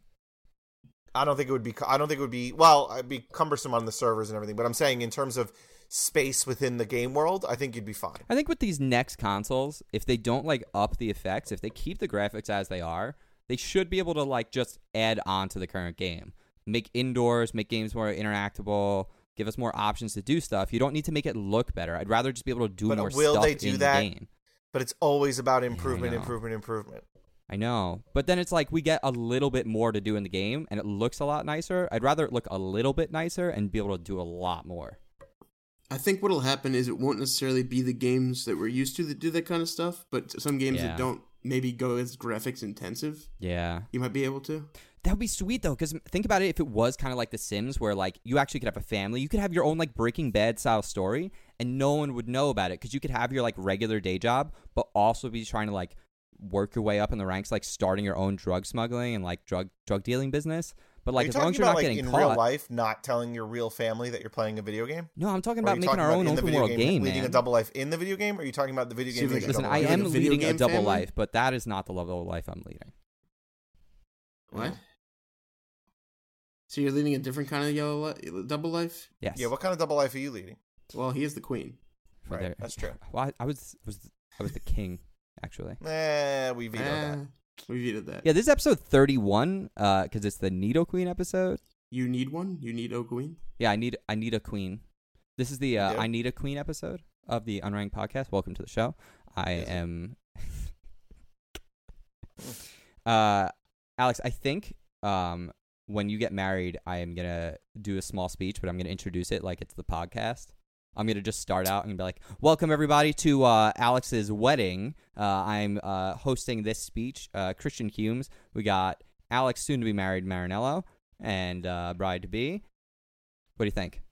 Speaker 2: I don't think it would be I don't think it would be well, it'd be cumbersome on the servers and everything, but I'm saying in terms of space within the game world, I think you'd be fine.
Speaker 1: I think with these next consoles, if they don't like up the effects, if they keep the graphics as they are, they should be able to like just add on to the current game, make indoors, make games more interactable, give us more options to do stuff. You don't need to make it look better. I'd rather just be able to do
Speaker 2: But
Speaker 1: more
Speaker 2: will
Speaker 1: stuff
Speaker 2: they do
Speaker 1: in
Speaker 2: that?
Speaker 1: the game.
Speaker 2: But it's always about improvement,
Speaker 1: know.
Speaker 2: improvement, improvement.
Speaker 1: I know, but then it's like we get a little bit more to do in the game, and it looks a lot nicer. I'd rather it look a little bit nicer and be able to do a lot more.
Speaker 3: I think what'll happen is it won't necessarily be the games that we're used to that do that kind of stuff, but some games
Speaker 1: Yeah.
Speaker 3: that don't maybe go as graphics intensive,
Speaker 1: Yeah.
Speaker 3: you might be able to.
Speaker 1: That would be sweet though, because think about it. If it was kind of like The Sims, where like you actually could have a family, you could have your own like Breaking Bad style story, and no one would know about it because you could have your like regular day job, but also be trying to like work your way up in the ranks, like starting your own drug smuggling and like drug drug dealing business. But
Speaker 2: Are
Speaker 1: like
Speaker 2: you
Speaker 1: as long as
Speaker 2: talking
Speaker 1: you're
Speaker 2: about
Speaker 1: not
Speaker 2: like
Speaker 1: getting
Speaker 2: in
Speaker 1: caught,
Speaker 2: real life not telling your real family that you're playing a video game?
Speaker 1: no, I'm talking
Speaker 2: Or are
Speaker 1: about
Speaker 2: you
Speaker 1: making
Speaker 2: talking
Speaker 1: our
Speaker 2: about
Speaker 1: own
Speaker 2: in the
Speaker 1: open
Speaker 2: video
Speaker 1: world
Speaker 2: game,
Speaker 1: game,
Speaker 2: leading
Speaker 1: man.
Speaker 2: a double life in the video game, or are you talking about the video
Speaker 3: See
Speaker 2: game?
Speaker 3: if they
Speaker 2: being a
Speaker 1: Listen,
Speaker 3: can-
Speaker 2: double
Speaker 1: I
Speaker 2: life?
Speaker 3: You're like
Speaker 1: am
Speaker 3: a video
Speaker 1: leading a
Speaker 3: game
Speaker 1: double
Speaker 3: family?
Speaker 1: life, but that is not the level of life I'm leading.
Speaker 3: What? So you're leading a different kind of yellow li- double life?
Speaker 1: Yes.
Speaker 2: Yeah, what kind of double life are you leading?
Speaker 3: Well, he is the queen.
Speaker 1: For
Speaker 2: right,
Speaker 1: their-
Speaker 2: that's true.
Speaker 1: Well, I, I was was I was the king actually.
Speaker 2: Nah, Eh, we vetoed that.
Speaker 3: Ah, we vetoed that.
Speaker 1: Yeah, this is episode 31 uh cuz it's the Needle Queen episode.
Speaker 3: You need one. You need a queen.
Speaker 1: Yeah, I need I need a queen. This is the uh,
Speaker 2: Yeah.
Speaker 1: I need a queen episode of the Unranked podcast. Welcome to the show. I
Speaker 3: Yes.
Speaker 1: am uh Alex, I think um when you get married, I am going to do a small speech, but I'm going to introduce it like it's the podcast. I'm going to just start out and be like, "Welcome everybody to uh, Alex's wedding. Uh, I'm uh, hosting this speech. Uh, Christian Humes. We got Alex, soon to be married Marinello, and uh, bride to be. What do you think?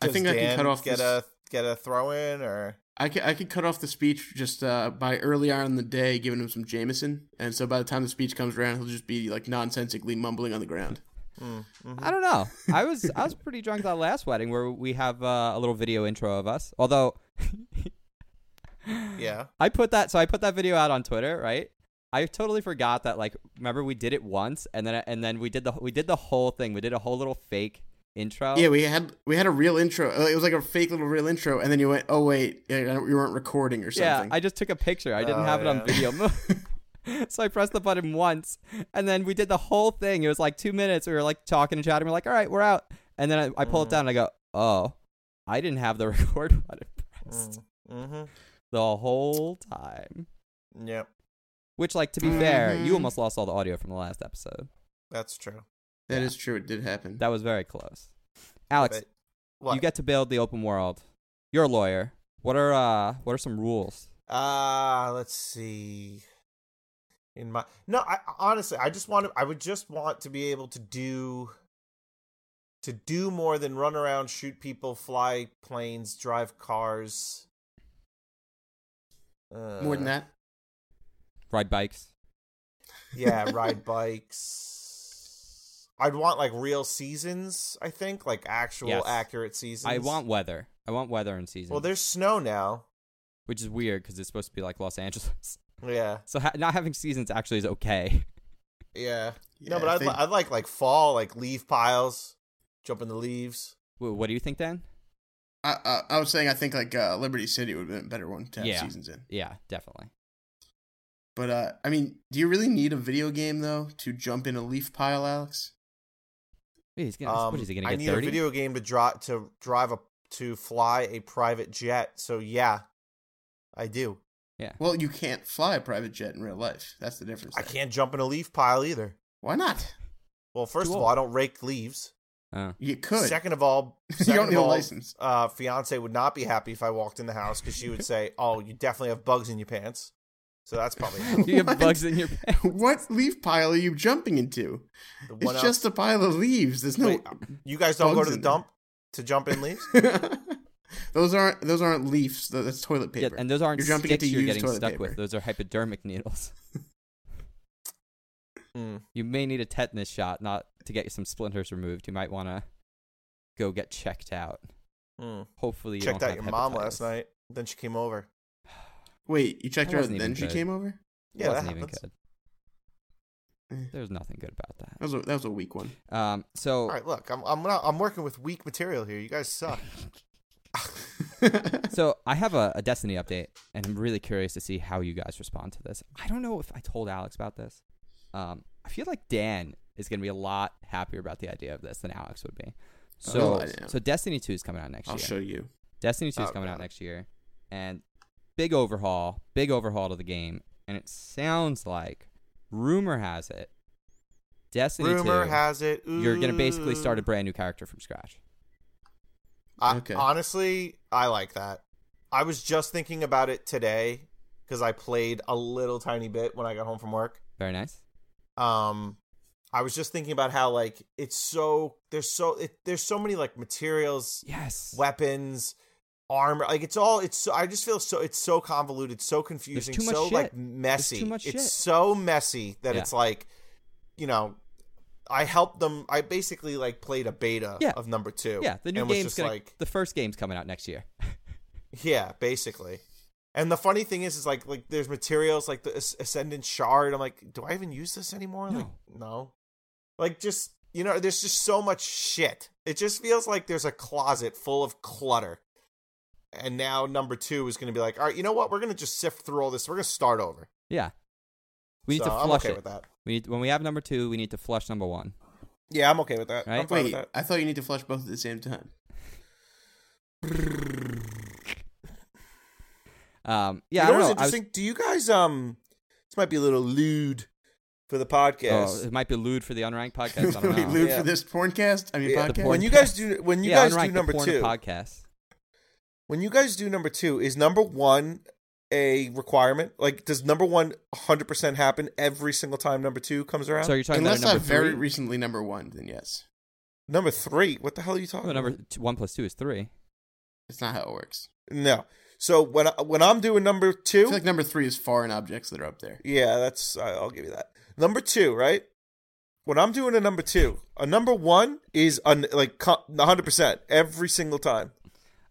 Speaker 3: I
Speaker 2: Does
Speaker 3: think I can
Speaker 2: Dan
Speaker 3: cut off
Speaker 2: get
Speaker 3: this-
Speaker 2: a get a throw in or
Speaker 3: I could, I could cut off the speech just uh, by early on in the day, giving him some Jameson, and so by the time the speech comes around, he'll just be like nonsensically mumbling on the ground.
Speaker 2: Mm, mhm.
Speaker 1: I don't know. I was I was pretty drunk that last wedding where we have uh, a little video intro of us. Although
Speaker 2: mm-hmm, yeah.
Speaker 1: I put that so I put that video out on Twitter, right? I totally forgot that like remember we did it once and then and then we did the we did the whole thing. We did a whole little fake intro.
Speaker 3: Yeah, we had we had a real intro. Uh, It was like a fake little real intro, and then you went, "Oh wait, uh, you weren't recording or
Speaker 1: Yeah,
Speaker 3: something."
Speaker 1: I just took a picture. I didn't
Speaker 2: Oh,
Speaker 1: have it on
Speaker 2: yeah.
Speaker 1: video. so I pressed the button once, and then we did the whole thing. It was like two minutes. We were like talking and chatting. We're like, all right, we're out. And then I, I
Speaker 2: Mm.
Speaker 1: pull it down and I go, oh, I didn't have the record button pressed
Speaker 2: Mm-hmm.
Speaker 1: the whole time.
Speaker 2: Yep,
Speaker 1: Which, like, to be fair,
Speaker 3: Mhm.
Speaker 1: you almost lost all the audio from the last episode.
Speaker 2: that's true.
Speaker 3: that is true. It did happen.
Speaker 1: That was very close. Alex,
Speaker 2: But- What?
Speaker 1: you get to build the open world. You're a lawyer. What are uh what are some rules?
Speaker 2: uh let's see. In my no, I honestly, I just want to. I would just want to be able to do to do more than run around, shoot people, fly planes, drive cars. Uh,
Speaker 3: More than that,
Speaker 1: Ride bikes.
Speaker 2: yeah, ride bikes. I'd want like real seasons. I think like actual
Speaker 1: Yes.
Speaker 2: accurate seasons.
Speaker 1: I want weather. I want weather in season.
Speaker 2: Well, there's snow now.
Speaker 1: which is weird because it's supposed to be like Los Angeles.
Speaker 2: Yeah,
Speaker 1: So ha- not having seasons actually is okay.
Speaker 2: yeah.
Speaker 3: Yeah,
Speaker 2: no, but I'd,
Speaker 3: they-
Speaker 2: li- I'd like like fall, like leaf piles, jump in the leaves.
Speaker 1: Wh- what do you think, Dan?
Speaker 3: I, I, I was saying I think like uh, Liberty City would have been a better one to have
Speaker 1: Yeah.
Speaker 3: seasons in.
Speaker 1: Yeah, definitely.
Speaker 3: But uh, I mean, do you really need a video game though to jump in a leaf pile, Alex?
Speaker 1: Wait, he's gonna,
Speaker 2: Um,
Speaker 1: what is he
Speaker 2: I
Speaker 1: gonna
Speaker 2: need
Speaker 1: get? Thirty.
Speaker 2: a video game to draw to drive a to fly a private jet. So yeah, I do.
Speaker 3: Well, you can't fly a private jet in real life. That's the difference.
Speaker 2: I
Speaker 3: there.
Speaker 2: can't jump in a leaf pile either.
Speaker 3: Why not?
Speaker 2: Well, first
Speaker 1: Too
Speaker 2: of all,
Speaker 1: old.
Speaker 2: I don't rake leaves.
Speaker 1: Oh.
Speaker 3: You could.
Speaker 2: Second of all,
Speaker 3: You
Speaker 2: second
Speaker 3: don't
Speaker 2: of
Speaker 3: need a
Speaker 2: all,
Speaker 3: license.
Speaker 2: Uh, fiance would not be happy if I walked in the house because she would say, "Oh, you definitely have bugs in your pants." So that's probably out.
Speaker 1: you have
Speaker 3: What?
Speaker 1: bugs in your pants.
Speaker 3: what leaf pile are you jumping into?
Speaker 2: the one.
Speaker 3: It's
Speaker 2: out-
Speaker 3: just a pile of leaves. There's no.
Speaker 2: Wait, you guys don't go
Speaker 3: bugs
Speaker 2: to the
Speaker 3: in there.
Speaker 2: dump to jump in leaves.
Speaker 3: Those aren't those aren't leaves. tho- That's toilet paper.
Speaker 1: Yeah, and those aren't
Speaker 3: You're jumping
Speaker 1: sticks
Speaker 3: into
Speaker 1: you're
Speaker 3: used
Speaker 1: getting
Speaker 3: toilet
Speaker 1: stuck
Speaker 3: paper.
Speaker 1: with. Those are hypodermic needles.
Speaker 2: Mm.
Speaker 1: You may need a tetanus shot, not to get some splinters removed. You might want to go get checked out.
Speaker 2: Mm.
Speaker 1: Hopefully, you
Speaker 2: Checked
Speaker 1: don't
Speaker 2: out your
Speaker 1: have
Speaker 2: mom
Speaker 1: hepatitis.
Speaker 2: last night. Then she came over.
Speaker 3: Wait, you checked
Speaker 1: I
Speaker 3: her out,
Speaker 1: wasn't
Speaker 3: and
Speaker 1: even
Speaker 3: then she
Speaker 1: good.
Speaker 3: came over.
Speaker 2: Yeah, that
Speaker 1: wasn't even
Speaker 2: happens.
Speaker 1: good.
Speaker 3: Eh.
Speaker 1: There's nothing good about
Speaker 3: That was a, that was a weak one.
Speaker 1: that. Um, so
Speaker 2: All right, look, I'm I'm not, I'm working with weak material here. You guys suck.
Speaker 1: so I have a, a Destiny update, and I'm really curious to see how you guys respond to this. I don't know if I told Alex about this. Um, I feel like Dan is going to be a lot happier about the idea of this than Alex would be. So,
Speaker 3: Oh, I know.
Speaker 1: so Destiny 2 is coming out next
Speaker 3: I'll
Speaker 1: year.
Speaker 3: show you.
Speaker 1: Destiny 2 is
Speaker 2: Oh,
Speaker 1: coming out
Speaker 2: God.
Speaker 1: next year, and big overhaul, big overhaul to the game. And it sounds like, rumor has it, Destiny
Speaker 2: Rumor
Speaker 1: 2,
Speaker 2: has Mm. it
Speaker 1: you're going to basically start a
Speaker 2: ooh.
Speaker 1: brand new character from scratch.
Speaker 2: I,
Speaker 3: Okay.
Speaker 2: Honestly, I like that. I was just thinking about it today because I played a little tiny bit when I got home from work.
Speaker 1: Very nice.
Speaker 2: Um, I was just thinking about how like it's so there's so it, there's so many like materials,
Speaker 1: Yes.
Speaker 2: weapons, armor. Like it's all it's so I just feel so it's so convoluted, so confusing,
Speaker 1: too much
Speaker 2: so
Speaker 1: shit.
Speaker 2: like messy.
Speaker 1: too much
Speaker 2: it's
Speaker 1: shit.
Speaker 2: so messy that
Speaker 1: Yeah.
Speaker 2: it's like, you know. I helped them. I basically like played a beta
Speaker 1: Yeah.
Speaker 2: of number two.
Speaker 1: Yeah, the new
Speaker 2: and was
Speaker 1: game's
Speaker 2: just
Speaker 1: gonna,
Speaker 2: like
Speaker 1: the first game's coming out next year.
Speaker 2: Yeah, basically. And the funny thing is, is like like there's materials like the As- ascendant shard. I'm like, do I even use this anymore? Like, no. Like just you know, there's just so much shit. It just feels like there's a closet full of clutter. And now number two is going to be like, all right, you know what? We're going to just sift through all this. We're going to start over.
Speaker 1: Yeah, we need
Speaker 2: So,
Speaker 1: to
Speaker 2: I'm
Speaker 1: flush
Speaker 2: okay
Speaker 1: it.
Speaker 2: with that.
Speaker 1: We need when we have number two, we need to flush number one.
Speaker 2: Yeah, I'm okay with that.
Speaker 1: Right?
Speaker 2: I'm fine
Speaker 3: Wait,
Speaker 2: with
Speaker 3: I thought you need to flush both at the same time.
Speaker 1: Um, yeah,
Speaker 2: Yeah, you know
Speaker 1: I
Speaker 2: what's
Speaker 1: don't know. I was-
Speaker 2: interesting? Do you guys um? This might be a little lewd for the podcast.
Speaker 1: oh, it might be lewd for the unranked podcast. I don't
Speaker 3: Wait,
Speaker 1: know.
Speaker 3: Luke,
Speaker 2: Yeah.
Speaker 3: for this porncast? I mean,
Speaker 2: Yeah,
Speaker 1: the
Speaker 3: podcast?
Speaker 1: porn-
Speaker 2: when you guys do when you
Speaker 1: yeah,
Speaker 2: guys
Speaker 1: unranked
Speaker 2: do
Speaker 1: the
Speaker 2: number
Speaker 1: porn
Speaker 2: two,
Speaker 1: podcast.
Speaker 2: when you guys do number two, is number one a requirement? Like, does number one 100% happen every single time number two comes around?
Speaker 1: So you're talking
Speaker 3: Unless
Speaker 1: about
Speaker 3: I
Speaker 1: a number
Speaker 3: very
Speaker 1: three?
Speaker 3: recently number one, then yes.
Speaker 2: number three, what the hell are you talking
Speaker 1: No, Oh, number
Speaker 2: about?
Speaker 1: two, one plus two is three.
Speaker 3: It's not how it works.
Speaker 2: No. So when, I, when I'm doing number
Speaker 3: I
Speaker 2: two,
Speaker 3: feel like number three is foreign objects that are up there.
Speaker 2: yeah, that's, I- I'll give you that. Number two, right? When I'm doing a number two, a number one is un, like co- 100% every single time.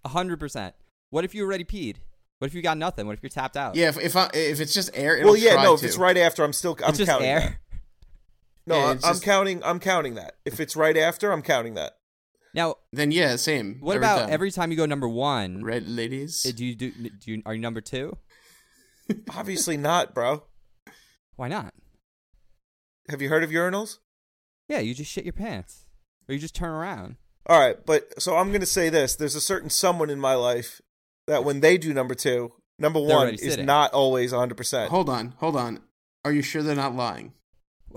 Speaker 1: A hundred percent. What if you already peed? What if you got nothing? What if you're tapped out?
Speaker 3: Yeah, if if, I, if it's just air, it'll
Speaker 2: Well, yeah,
Speaker 3: try
Speaker 2: no, if
Speaker 3: to.
Speaker 2: it's right after, I'm still, I'm
Speaker 1: it's just
Speaker 2: counting
Speaker 1: air.
Speaker 2: that. No,
Speaker 3: Yeah,
Speaker 2: I- I'm
Speaker 3: it's just-
Speaker 2: counting, I'm counting that. If it's right after, I'm counting that.
Speaker 1: Now,
Speaker 3: Then yeah, same.
Speaker 1: what
Speaker 3: every
Speaker 1: about
Speaker 3: time.
Speaker 1: every time you go number one?
Speaker 3: red ladies?
Speaker 1: uh, Do you do? Do you are you number two?
Speaker 2: Obviously not, bro.
Speaker 1: Why not?
Speaker 2: Have you heard of urinals?
Speaker 1: Yeah, you just shit your pants, or you just turn around.
Speaker 2: All right, but so I'm going to say this: there's a certain someone in my life that when they do number two, number
Speaker 1: They're
Speaker 2: one
Speaker 1: already
Speaker 2: is
Speaker 1: sitting.
Speaker 2: not always 100. percent
Speaker 3: hold on, hold on. Are you sure they're not lying?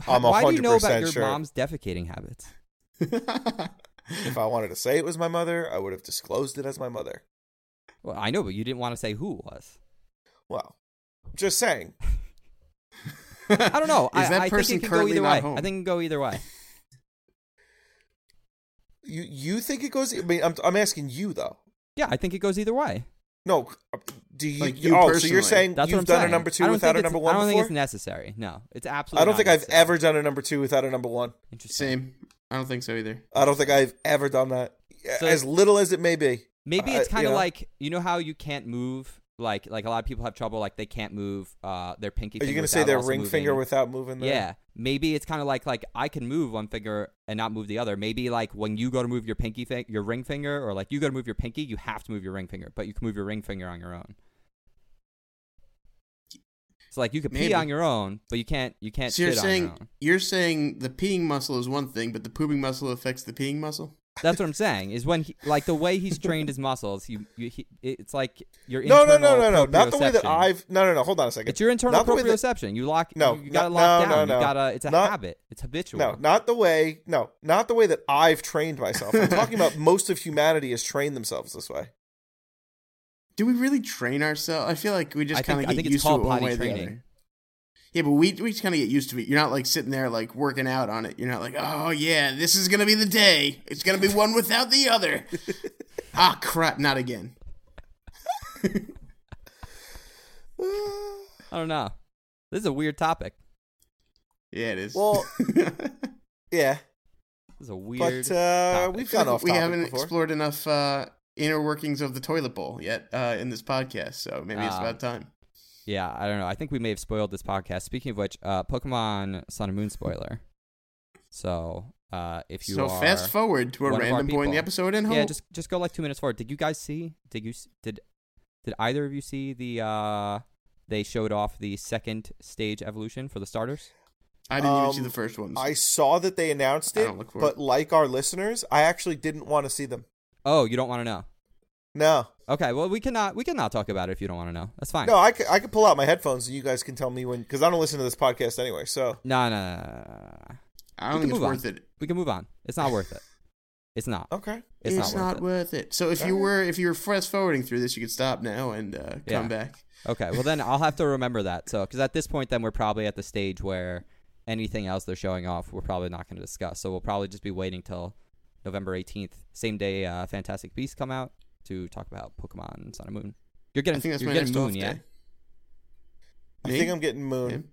Speaker 1: How-
Speaker 2: I'm
Speaker 1: Why do you know
Speaker 2: 100%
Speaker 1: about your
Speaker 2: sure.
Speaker 1: mom's defecating habits?
Speaker 2: If I wanted to say it was my mother, I would have disclosed it as my mother.
Speaker 1: Well, I know, but you didn't want to say who it was.
Speaker 2: Well, just saying.
Speaker 1: I don't know. I,
Speaker 3: Is that
Speaker 1: I
Speaker 3: person
Speaker 1: think it could go
Speaker 3: currently
Speaker 1: either
Speaker 3: not
Speaker 1: way.
Speaker 3: home?
Speaker 1: I think it can go either way.
Speaker 2: You you think it goes? I mean, I'm I'm asking you though.
Speaker 1: Yeah, I think it goes either way.
Speaker 2: No, do you?
Speaker 3: Like you
Speaker 2: oh, so
Speaker 3: personally.
Speaker 2: you're saying
Speaker 1: That's
Speaker 2: you've
Speaker 1: what I'm
Speaker 2: done
Speaker 1: saying.
Speaker 2: a number
Speaker 1: I
Speaker 2: two
Speaker 1: don't
Speaker 2: without
Speaker 1: think
Speaker 2: a
Speaker 1: it's-
Speaker 2: number one
Speaker 1: I don't
Speaker 2: before?
Speaker 1: think it's necessary. No, it's absolutely.
Speaker 2: I don't
Speaker 1: not
Speaker 2: think I've
Speaker 1: necessary.
Speaker 2: ever done a number two without a number one.
Speaker 1: Interesting.
Speaker 3: same. I don't think so either.
Speaker 2: I don't think I've ever done that.
Speaker 1: So-
Speaker 2: as little as it may be.
Speaker 1: Maybe
Speaker 2: I-
Speaker 1: it's
Speaker 2: you
Speaker 1: kind of
Speaker 2: know?
Speaker 1: like you know how you can't move. Like like a lot of people have trouble. Like they can't move uh, their pinky.
Speaker 2: Are you
Speaker 1: going to
Speaker 2: say their ring finger
Speaker 1: with?
Speaker 2: without moving? Their...
Speaker 1: Yeah, maybe it's kind of like like I can move one finger and not move the other. Maybe like when you go to move your pinky fi- your ring finger, or like you go to move your pinky, you have to move your ring finger, but you can move your ring finger on your own. So like you could pee
Speaker 3: Maybe.
Speaker 1: on your own, but you can't you can't
Speaker 3: So
Speaker 1: shit
Speaker 3: you're
Speaker 1: on your
Speaker 3: saying
Speaker 1: own.
Speaker 3: you're saying the peeing muscle is one thing, but the pooping muscle affects the peeing muscle.
Speaker 1: That's what I'm saying. Is when he, like the way he's trained his muscles, you, you he, it's like your
Speaker 2: No, no, no,
Speaker 1: internal
Speaker 2: no, no. Not the way that
Speaker 1: proprioception.
Speaker 2: I've. No, no, no. Hold on a second.
Speaker 1: It's your internal
Speaker 2: Not the way that-
Speaker 1: proprioception. You lock.
Speaker 2: No,
Speaker 1: you gotta
Speaker 2: no,
Speaker 1: lock
Speaker 2: no,
Speaker 1: down.
Speaker 2: no,
Speaker 1: you
Speaker 2: no.
Speaker 1: gotta. It's a
Speaker 2: Not-
Speaker 1: habit. It's habitual.
Speaker 2: No, not the way. No, not the way that I've trained myself. I'm talking about most of humanity has trained themselves this way.
Speaker 3: Do we really train ourselves? I feel like we
Speaker 1: I
Speaker 3: just kind
Speaker 1: think,
Speaker 3: of
Speaker 1: I
Speaker 3: get
Speaker 1: think
Speaker 3: used
Speaker 1: it's
Speaker 3: to it
Speaker 1: called
Speaker 3: one way
Speaker 1: potty
Speaker 3: or the
Speaker 1: training.
Speaker 3: other. Yeah, but we we kind of get used to it. You're not like sitting there like working out on it. You're not like, oh yeah, this is gonna be the day. It's gonna be one without the other. ah crap, not again.
Speaker 1: I don't know. This is a weird topic.
Speaker 3: Yeah, it is.
Speaker 2: Well, yeah,
Speaker 1: This is a weird.
Speaker 2: but uh,
Speaker 1: topic.
Speaker 2: we've gone off.
Speaker 3: we
Speaker 2: topic
Speaker 3: haven't
Speaker 2: before.
Speaker 3: explored enough uh, inner workings of the toilet bowl yet uh, in this podcast, so maybe it's
Speaker 1: Ah.
Speaker 3: about time.
Speaker 1: yeah, I don't know. I think we may have spoiled this podcast. Speaking of which, uh, Pokemon Sun and Moon spoiler. So uh, if you
Speaker 3: So
Speaker 1: are,
Speaker 3: fast forward to
Speaker 1: one
Speaker 3: a
Speaker 1: of our
Speaker 3: random point in the
Speaker 1: people.
Speaker 3: episode and
Speaker 1: yeah,
Speaker 3: hope.
Speaker 1: just just go like two minutes forward. Did you guys see? Did you s- did did either of you see the? Uh, they showed off the second stage evolution for the starters.
Speaker 3: I didn't even see
Speaker 2: Um,
Speaker 3: the first ones.
Speaker 2: I saw that they announced
Speaker 3: I
Speaker 2: it,
Speaker 3: don't look for
Speaker 2: but
Speaker 3: it.
Speaker 2: like our listeners, I actually didn't want to see them.
Speaker 1: Oh, you don't want to know.
Speaker 2: No,
Speaker 1: Okay, well we cannot we cannot talk about it if you don't want to know. That's fine.
Speaker 2: no, I could, I could pull out my headphones and you guys can tell me when because I don't listen to this podcast anyway. So
Speaker 1: No, no, no, no, no, no, no. we
Speaker 3: I don't
Speaker 1: can
Speaker 3: think it's
Speaker 1: move on.
Speaker 3: worth it.
Speaker 1: We can move on. It's not worth it. It's not.
Speaker 2: okay,
Speaker 1: It's, not, worth
Speaker 3: worth, it. So if you
Speaker 2: Alright.
Speaker 3: were if you were fast forwarding through this, you could stop now and uh, come
Speaker 1: Yeah.
Speaker 3: back.
Speaker 1: it. Okay, well then I'll have to remember that. So, because at this point, then we're probably at the stage where anything else they're showing off, we're probably not going to discuss. So we'll probably just be waiting till November eighteenth, same day uh, Fantastic Beasts come out to talk about Pokemon Sun and Moon. You're getting,
Speaker 3: I think that's
Speaker 1: you're
Speaker 3: my
Speaker 1: getting
Speaker 3: next
Speaker 1: Moon,
Speaker 3: off
Speaker 1: yeah,
Speaker 3: day.
Speaker 2: I
Speaker 3: Me?
Speaker 2: think I'm getting moon.
Speaker 3: Him?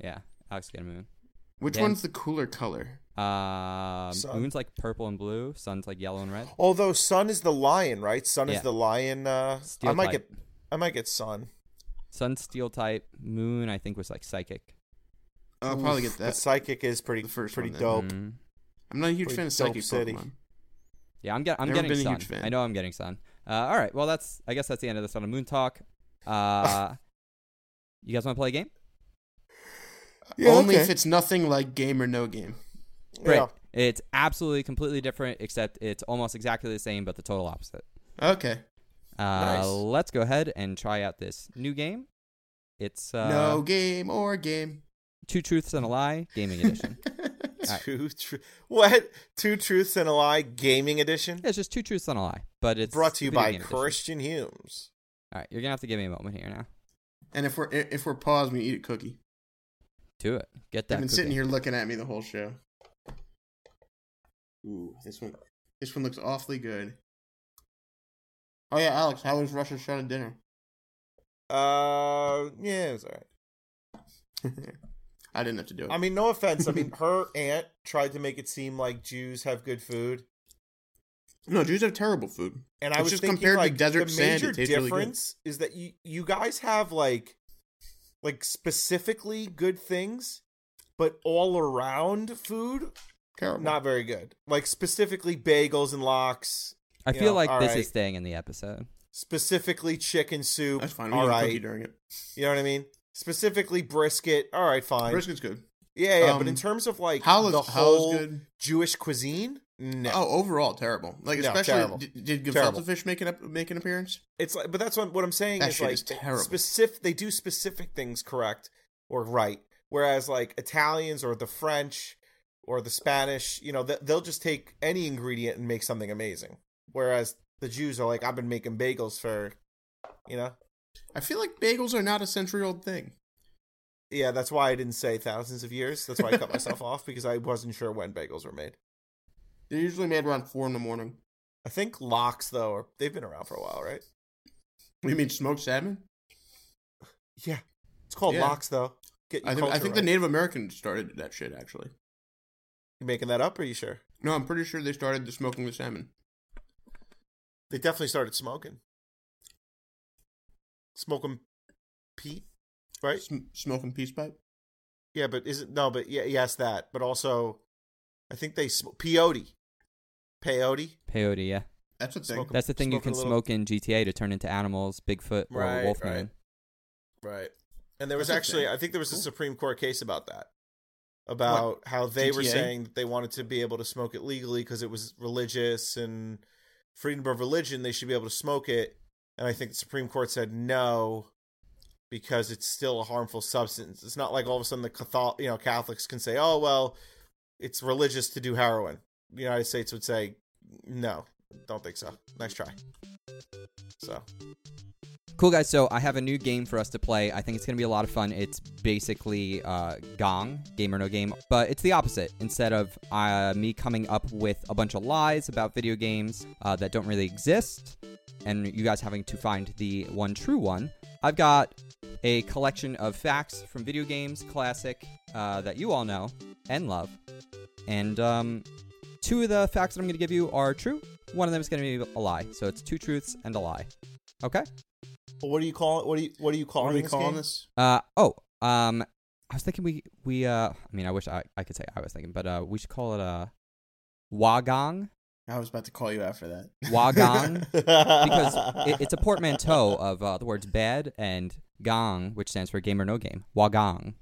Speaker 1: yeah. Alex is getting Moon.
Speaker 3: Which
Speaker 1: Dan?
Speaker 3: one's the cooler color?
Speaker 1: Um,
Speaker 2: Sun.
Speaker 1: moon's like purple and blue. Sun's like yellow and red.
Speaker 2: Although Sun is the lion, right? Sun
Speaker 1: Yeah.
Speaker 2: is the lion. Uh,
Speaker 1: Steel
Speaker 2: I might
Speaker 1: type.
Speaker 2: get, I might get Sun.
Speaker 1: Sun steel type. Moon, I think, was like psychic.
Speaker 3: I'll probably
Speaker 2: Oof,
Speaker 3: get
Speaker 2: But
Speaker 3: that.
Speaker 2: psychic is pretty,
Speaker 3: The first
Speaker 2: pretty
Speaker 3: one, then.
Speaker 2: dope.
Speaker 1: Mm.
Speaker 3: I'm not a huge
Speaker 2: pretty
Speaker 3: fan of
Speaker 2: dope
Speaker 3: psychic
Speaker 2: city.
Speaker 3: Pokemon.
Speaker 1: Yeah, I'm, get, I'm
Speaker 3: Never
Speaker 1: getting
Speaker 3: been a
Speaker 1: sun.
Speaker 3: huge fan.
Speaker 1: I know I'm getting sun. Uh, all right. Well, that's I guess that's the end of the Sun and Moon talk. Uh, you guys want to play a game?
Speaker 2: Yeah,
Speaker 3: Only
Speaker 2: okay.
Speaker 3: if it's nothing like game or no game.
Speaker 1: Great.
Speaker 2: Yeah.
Speaker 1: It's absolutely completely different, except it's almost exactly the same, but the total opposite.
Speaker 3: Okay.
Speaker 1: Uh,
Speaker 2: Nice.
Speaker 1: Let's go ahead and try out this new game. It's uh,
Speaker 3: no game or game.
Speaker 1: two truths and a lie, gaming edition. Alright.
Speaker 2: Two tru- what? Two truths and a lie, gaming edition.
Speaker 1: yeah, it's just two truths and a lie, but it's
Speaker 2: Brought to you
Speaker 1: video
Speaker 2: by
Speaker 1: game edition.
Speaker 2: Christian Humes.
Speaker 1: All right, you're gonna have to give me a moment here now.
Speaker 3: And if we're if we're paused, we eat a cookie.
Speaker 1: Do it. Get
Speaker 3: They've
Speaker 1: that.
Speaker 3: been sitting
Speaker 1: cookie.
Speaker 3: here looking at me the whole show. Ooh, this one this one looks awfully good. Oh yeah, Alex, how was Russia shot at dinner?
Speaker 2: Uh, yeah, it was all right.
Speaker 3: I didn't have to do it.
Speaker 2: I mean, no offense. I mean, her aunt tried to make it seem like Jews have good food,
Speaker 3: no, Jews have terrible food.
Speaker 2: and I
Speaker 3: It's
Speaker 2: was
Speaker 3: just
Speaker 2: thinking,
Speaker 3: compared to
Speaker 2: like,
Speaker 3: desert
Speaker 2: the
Speaker 3: sand,
Speaker 2: major
Speaker 3: it tastes really good.
Speaker 2: difference is that you you guys have like like specifically good things, but all around food
Speaker 3: Terrible.
Speaker 2: not very good. Like specifically bagels and lox,
Speaker 1: I
Speaker 2: you
Speaker 1: feel
Speaker 2: know,
Speaker 1: like
Speaker 2: all
Speaker 1: this
Speaker 2: right.
Speaker 1: is staying in the episode.
Speaker 2: specifically chicken soup.
Speaker 3: That's fine. We
Speaker 2: All
Speaker 3: eat a cookie
Speaker 2: right,
Speaker 3: during it.
Speaker 2: you know what I mean. Specifically brisket. All right, fine.
Speaker 3: Brisket's good.
Speaker 2: yeah, yeah. but
Speaker 3: um,
Speaker 2: in terms of like
Speaker 3: How is
Speaker 2: the
Speaker 3: how
Speaker 2: whole
Speaker 3: is good?
Speaker 2: Jewish cuisine, no.
Speaker 3: Oh, overall terrible. Like
Speaker 2: No,
Speaker 3: especially
Speaker 2: terrible.
Speaker 3: did, did
Speaker 2: Terrible.
Speaker 3: Gefilte fish make an ap- make an appearance?
Speaker 2: It's like, but that's what what I'm saying
Speaker 3: That
Speaker 2: is
Speaker 3: shit
Speaker 2: like
Speaker 3: is terrible.
Speaker 2: specific. They do specific things correct or right, whereas like Italians or the French or the Spanish, you know, they, they'll just take any ingredient and make something amazing. Whereas the Jews are like, I've been making bagels for, you know,
Speaker 3: I feel like bagels are not a century old thing.
Speaker 2: yeah. That's why I didn't say thousands of years. That's why I cut myself off because I wasn't sure when bagels were made.
Speaker 3: They're usually made around four in the morning.
Speaker 2: I think lox though, are, they've been around for a while, right?
Speaker 3: You mean smoked salmon?
Speaker 2: Yeah, it's called
Speaker 3: Yeah.
Speaker 2: lox though. Get your
Speaker 3: I think, I
Speaker 2: culture
Speaker 3: think the
Speaker 2: right.
Speaker 3: Native Americans started that shit actually.
Speaker 2: You making that up? Or are you sure?
Speaker 3: No, I'm pretty sure they started the smoking the salmon.
Speaker 2: They definitely started smoking. Smoking Pete, right?
Speaker 3: Sm- smoking peace pipe.
Speaker 2: Yeah, but is it no? But yeah, yes, that. But also, I think they sm- peyote, peyote.
Speaker 1: Peyote, yeah.
Speaker 3: That's a thing.
Speaker 2: Smoking-
Speaker 1: That's the thing you
Speaker 2: smoking
Speaker 1: can
Speaker 2: a little-
Speaker 1: smoke in GTA to turn into animals, Bigfoot or
Speaker 2: Right,
Speaker 1: Wolfman.
Speaker 2: right. Right. And there was
Speaker 3: That's a
Speaker 2: actually,
Speaker 3: thing.
Speaker 2: I think there was a
Speaker 3: Cool.
Speaker 2: Supreme Court case about that, about how they were
Speaker 3: GTA?
Speaker 2: saying that they wanted to be able to smoke it legally because it was religious and freedom of religion. They should be able to smoke it, and I think the Supreme Court said no because it's still a harmful substance. It's not like all of a sudden the Catholic, you know, Catholics can say, "Oh well, it's religious to do heroin." The United States would say, "No, don't think so. Next try." So
Speaker 1: Cool, guys. So I have a new game for us to play. I think it's going to be a lot of fun. It's basically uh, Gong, game or no game, but it's the opposite. Instead of uh, me coming up with a bunch of lies about video games uh, that don't really exist and you guys having to find the one true one, I've got a collection of facts from video games, classic, uh, that you all know and love. And um, two of the facts that I'm going to give you are true. One of them is going to be a lie. So it's two truths and a lie. Okay?
Speaker 2: Well, what do you call it? What do you what do you call
Speaker 3: What are we
Speaker 2: this
Speaker 3: calling
Speaker 2: game?
Speaker 3: this?
Speaker 1: Uh oh. Um, I was thinking we we uh. I mean, I wish I I could say I was thinking, but uh, we should call it uh, wagong
Speaker 3: I was about to call you out for that.
Speaker 1: wagong because it, it's a portmanteau of uh, the words bed and gong, which stands for game or no game. Wagong.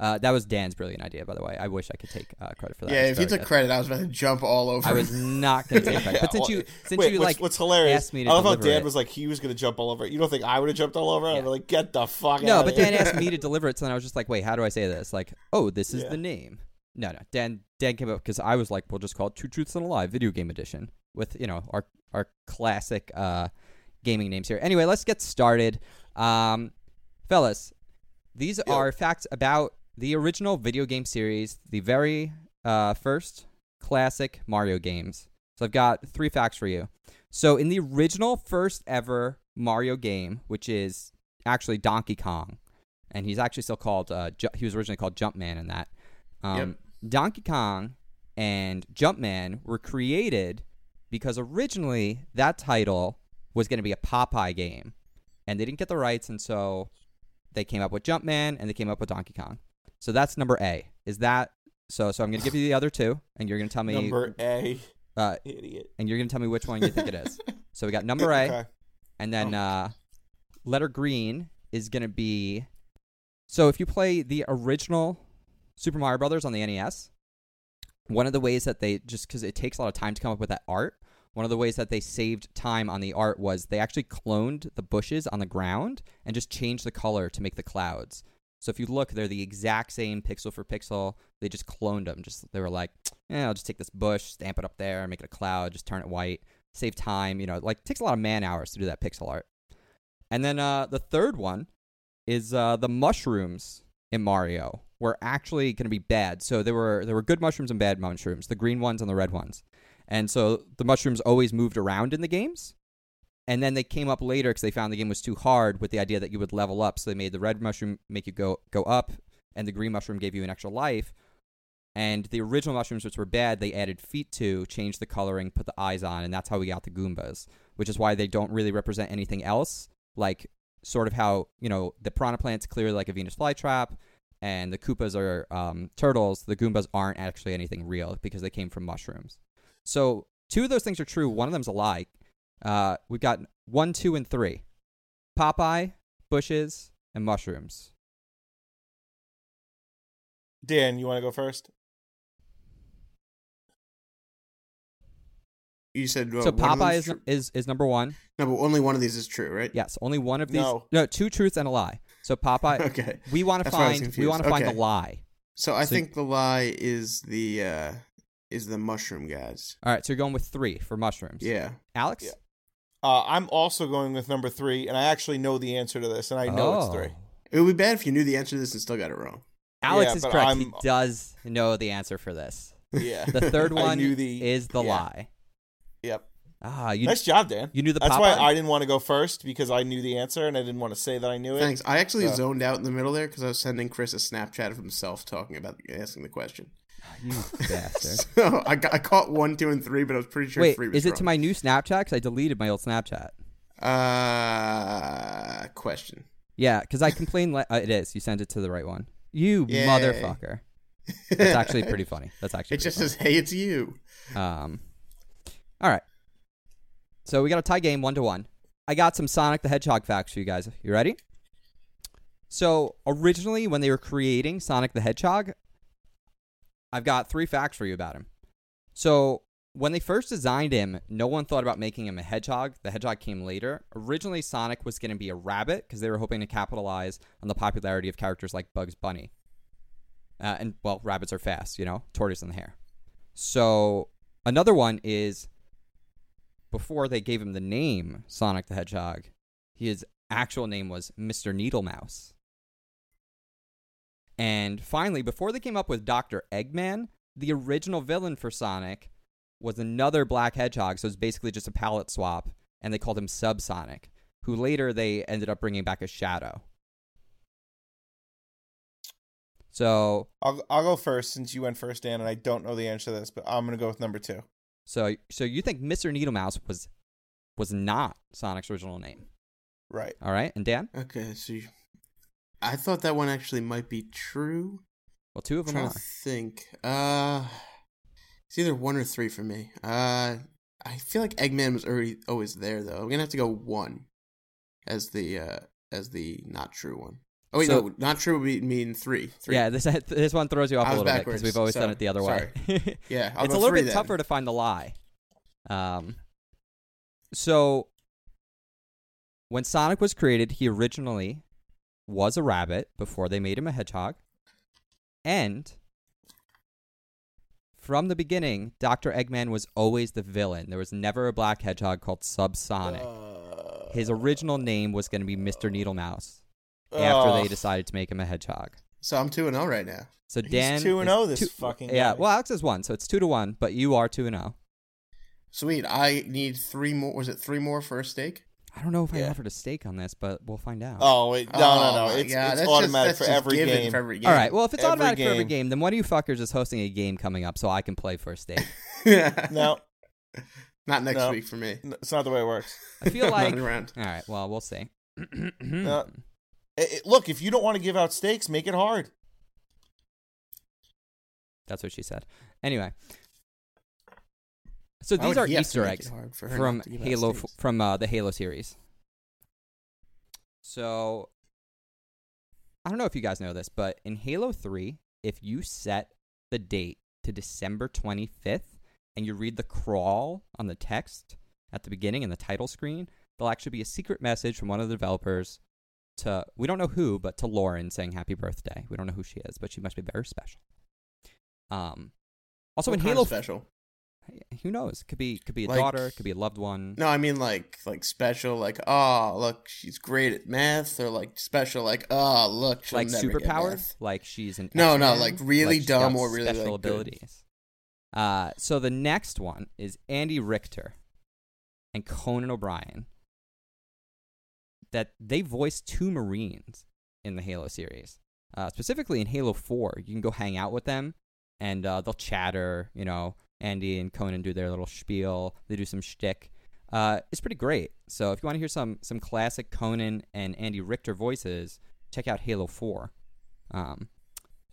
Speaker 1: Uh, that was Dan's brilliant idea, by the way. I wish I could take uh, credit for that.
Speaker 3: yeah,
Speaker 1: It's
Speaker 3: if you
Speaker 1: very
Speaker 3: took
Speaker 1: good.
Speaker 3: credit, I was about to jump all over.
Speaker 1: I was not going to take credit,
Speaker 2: Yeah,
Speaker 1: but since
Speaker 2: well,
Speaker 1: you since
Speaker 2: Wait,
Speaker 1: you
Speaker 2: what's,
Speaker 1: like
Speaker 2: what's hilarious?
Speaker 1: asked me to
Speaker 2: I love how
Speaker 1: deliver
Speaker 2: Dan
Speaker 1: it.
Speaker 2: was like he was going to jump all over it. You don't think I would have jumped all over it?
Speaker 1: Yeah.
Speaker 2: I'm like, get the fuck
Speaker 1: no,
Speaker 2: out
Speaker 1: but
Speaker 2: of
Speaker 1: Dan asked me to deliver it, so then I was just like, wait, how do I say this? Like, oh, this is
Speaker 2: Yeah.
Speaker 1: the name. No, no, Dan. Dan came up because I was like, we'll just call it Two Truths and a Lie, video game edition, with you know our our classic uh, gaming names here. Anyway, let's get started, um, fellas. These are facts about the original video game series, the very uh, first classic Mario games. So I've got three facts for you. So in the original first ever Mario game, which is actually Donkey Kong, and he's actually still called uh, Ju- he was originally called Jumpman in that. Um, Donkey Kong and Jumpman were created because originally that title was going to be a Popeye game, and they didn't get the rights, and so they came up with Jumpman and they came up with Donkey Kong. So that's number A. Is that so? So I'm going to give you the other two, and you're going to tell me
Speaker 2: number A,
Speaker 1: uh,
Speaker 2: idiot.
Speaker 1: and you're gonna tell me which one you think it is. So we got number A,
Speaker 2: Okay.
Speaker 1: and then uh, letter green is gonna be. So if you play the original Super Mario Brothers on the NES, one of the ways that they just because it takes a lot of time to come up with that art, one of the ways that they saved time on the art was they actually cloned the bushes on the ground and just changed the color to make the clouds. So if you look, they're the exact same pixel for pixel. They just cloned them. Just they were like, eh, I'll just take this bush, stamp it up there, make it a cloud, just turn it white, save time. You know, like it takes a lot of man hours to do that pixel art. And then uh, the third one is uh, the mushrooms in Mario were actually going to be bad. So there were there were good mushrooms and bad mushrooms, the green ones and the red ones. And so the mushrooms always moved around in the games. And then they came up later because they found the game was too hard with the idea that you would level up. So they made the red mushroom make you go go up, and the green mushroom gave you an extra life. And the original mushrooms, which were bad, they added feet to, changed the coloring, put the eyes on, and that's how we got the Goombas, which is why they don't really represent anything else. Like, sort of how, you know, the Piranha Plant's clearly like a Venus flytrap, and the Koopas are um, turtles. The Goombas aren't actually anything real because they came from mushrooms. So, two of those things are true. One of them's a lie. Uh, we've got one, two, and three Popeye, bushes, and mushrooms.
Speaker 2: Dan, you want to go first?
Speaker 3: You said well,
Speaker 1: so,
Speaker 3: one of
Speaker 1: Popeye
Speaker 3: them's
Speaker 1: is, is, is number one.
Speaker 3: tr- no, but only one of these is true, right?
Speaker 1: Yes, only one of these. No,
Speaker 2: No.
Speaker 1: two truths and a lie. So Popeye,
Speaker 3: Okay.
Speaker 1: we want to
Speaker 3: That's why I was
Speaker 1: find we
Speaker 3: confused.
Speaker 1: want to find the
Speaker 3: Okay.
Speaker 1: lie.
Speaker 3: So I
Speaker 1: So-
Speaker 3: think the lie is the uh is the mushroom guys.
Speaker 1: All right, so you're going with three for mushrooms.
Speaker 3: Yeah.
Speaker 1: Alex.
Speaker 2: Yeah. Uh, I'm also going with number three, and I actually know the answer to this, and I know it's
Speaker 1: Oh.
Speaker 2: three.
Speaker 3: It would be bad if you knew the answer to this and still got it wrong.
Speaker 1: Alex
Speaker 2: Yeah,
Speaker 1: is
Speaker 2: but
Speaker 1: correct. He
Speaker 2: I'm-
Speaker 1: does know the answer for this.
Speaker 2: Yeah.
Speaker 1: Oh. The third
Speaker 2: I
Speaker 1: one
Speaker 2: knew the-
Speaker 1: is the
Speaker 2: yeah.
Speaker 1: lie.
Speaker 2: yep.
Speaker 1: Ah, you
Speaker 2: nice job, Dan.
Speaker 1: you knew the
Speaker 2: That's
Speaker 1: Popeye.
Speaker 2: why I didn't want to go first because I knew the answer and I didn't want to say that I knew it.
Speaker 3: Thanks. I actually
Speaker 2: Uh,
Speaker 3: zoned out in the middle there because I was sending Chris a Snapchat of himself talking about asking the question.
Speaker 1: you bastard.
Speaker 3: So I, got, I caught one, two, and three, but I was pretty sure
Speaker 1: Wait,
Speaker 3: three was
Speaker 1: is it to my new Snapchat? Because I deleted my old Snapchat.
Speaker 3: my uh question?
Speaker 1: Yeah, because I complained. Le- uh, it is. You sent it to the right one. You
Speaker 3: Yay.
Speaker 1: motherfucker. That's actually pretty funny. That's actually
Speaker 3: It
Speaker 1: pretty
Speaker 3: just
Speaker 1: funny.
Speaker 3: says, "Hey, it's you."
Speaker 1: Um, all right. So we got a tie game, one to one. I got some Sonic the Hedgehog facts for you guys. You ready? So originally, when they were creating Sonic the Hedgehog, I've got three facts for you about him. So when they first designed him, no one thought about making him a hedgehog. The hedgehog came later. Originally, Sonic was going to be a rabbit because they were hoping to capitalize on the popularity of characters like Bugs Bunny. Uh, and well, rabbits are fast, you know, tortoise and the hare. So another one is before they gave him the name Sonic the Hedgehog, he is actual name was Mr. Needle Mouse. And finally, before they came up with Dr. Eggman, the original villain for Sonic was another black hedgehog, so it's basically just a palette swap, and they called him Subsonic, who later they ended up bringing back as Shadow. So,
Speaker 2: I'll I'll go first since you went first, Dan, and I don't know the answer to this, but I'm gonna go with number two.
Speaker 1: so, so you think Mr. Needle Mouse was was not Sonic's original name?
Speaker 2: Right.
Speaker 1: All right, and Dan,
Speaker 3: Okay, so you, I thought that one actually might be true.
Speaker 1: well, two of
Speaker 3: I'm
Speaker 1: them
Speaker 3: trying
Speaker 1: are.
Speaker 3: to think. Uh, it's either one or three for me. Uh, I feel like Eggman was already always there though. I'm gonna have to go one as the uh as the not true one. Oh wait,
Speaker 1: So-
Speaker 3: no, not true would be, mean three. Three.
Speaker 1: Yeah, this this one throws you off
Speaker 3: I
Speaker 1: a
Speaker 3: was
Speaker 1: little bit because
Speaker 3: backwards,
Speaker 1: we've always done
Speaker 3: sorry,
Speaker 1: it the other way.
Speaker 3: yeah. I'll
Speaker 1: it's a
Speaker 3: go
Speaker 1: little
Speaker 3: three
Speaker 1: bit
Speaker 3: then.
Speaker 1: tougher to find the lie. Um, so when Sonic was created, he originally was a rabbit before they made him a hedgehog, and from the beginning, Doctor Eggman was always the villain. There was never a black hedgehog called Subsonic. His
Speaker 2: Uh.
Speaker 1: original name was going to be Mister Needle Mouse. After they decided to make him a hedgehog.
Speaker 3: So I'm two and zero right now.
Speaker 1: So
Speaker 2: He's
Speaker 1: Dan
Speaker 2: 2 and
Speaker 1: is
Speaker 2: 0 this
Speaker 1: two-
Speaker 2: fucking
Speaker 1: yeah.
Speaker 2: guy.
Speaker 1: Well, Alex is one, so it's two to one. But you are two and oh. zero.
Speaker 3: Sweet. I need three more. Was it three more for a stake?
Speaker 1: I don't know if I
Speaker 2: Yeah.
Speaker 1: offered a stake on that, but we'll find out.
Speaker 2: Oh wait, no, no,
Speaker 3: my
Speaker 2: no! It's,
Speaker 3: God,
Speaker 2: it's
Speaker 3: that's
Speaker 2: automatic
Speaker 3: just,
Speaker 2: for
Speaker 3: that's just
Speaker 2: every
Speaker 3: given
Speaker 2: game.
Speaker 3: For every game.
Speaker 1: All right. Well, if it's
Speaker 2: every
Speaker 1: automatic for every
Speaker 2: game.
Speaker 1: game, then one of you fuckers is hosting a game coming up, so I can play for a stake.
Speaker 2: No,
Speaker 3: Not next
Speaker 2: No.
Speaker 3: week for me.
Speaker 2: n- it's not the way it works.
Speaker 1: I feel
Speaker 3: I'm not
Speaker 1: like. All
Speaker 3: around.
Speaker 1: right. Well, we'll see.
Speaker 2: It- it- look, if you don't want to give out stakes, make it hard.
Speaker 1: That's what she said. Anyway. So
Speaker 3: Why
Speaker 1: these
Speaker 3: would
Speaker 1: are
Speaker 3: he have to
Speaker 1: Easter
Speaker 3: make it
Speaker 1: eggs
Speaker 3: hard for her
Speaker 1: from
Speaker 3: not to give out
Speaker 1: Halo
Speaker 3: stakes?
Speaker 1: f- from uh, the Halo series. So I don't know if you guys know this, but in Halo 3, if you set the date to December 25th and you read the crawl on the text at the beginning in the title screen, there'll actually be a secret message from one of the developers to we don't know who, but to Lauren saying happy birthday. We don't know who she is, but she must be very special. Um also in
Speaker 3: What kind of
Speaker 1: Halo
Speaker 3: special.
Speaker 1: who knows? Could be could be a
Speaker 3: Like-
Speaker 1: daughter, could be a loved one.
Speaker 3: No, I mean like like special, like oh look, she's great at math, or like special, like oh look, she'll
Speaker 1: like
Speaker 3: never get
Speaker 1: superpowers,
Speaker 3: math.
Speaker 1: like she's an
Speaker 3: No, no,
Speaker 1: X-Man,
Speaker 3: like really
Speaker 1: she's got
Speaker 3: dumb or really,
Speaker 1: special
Speaker 3: like, good.
Speaker 1: abilities. Uh, so the next one is Andy Richter and Conan O'Brien. That they voiced two Marines in the Halo series, uh, specifically in Halo Four. You can go hang out with them, and uh, they'll chatter. You know, Andy and Conan do their little spiel. They do some shtick. Uh, it's pretty great. So if you want to hear some some classic Conan and Andy Richter voices, check out Halo Four. Um,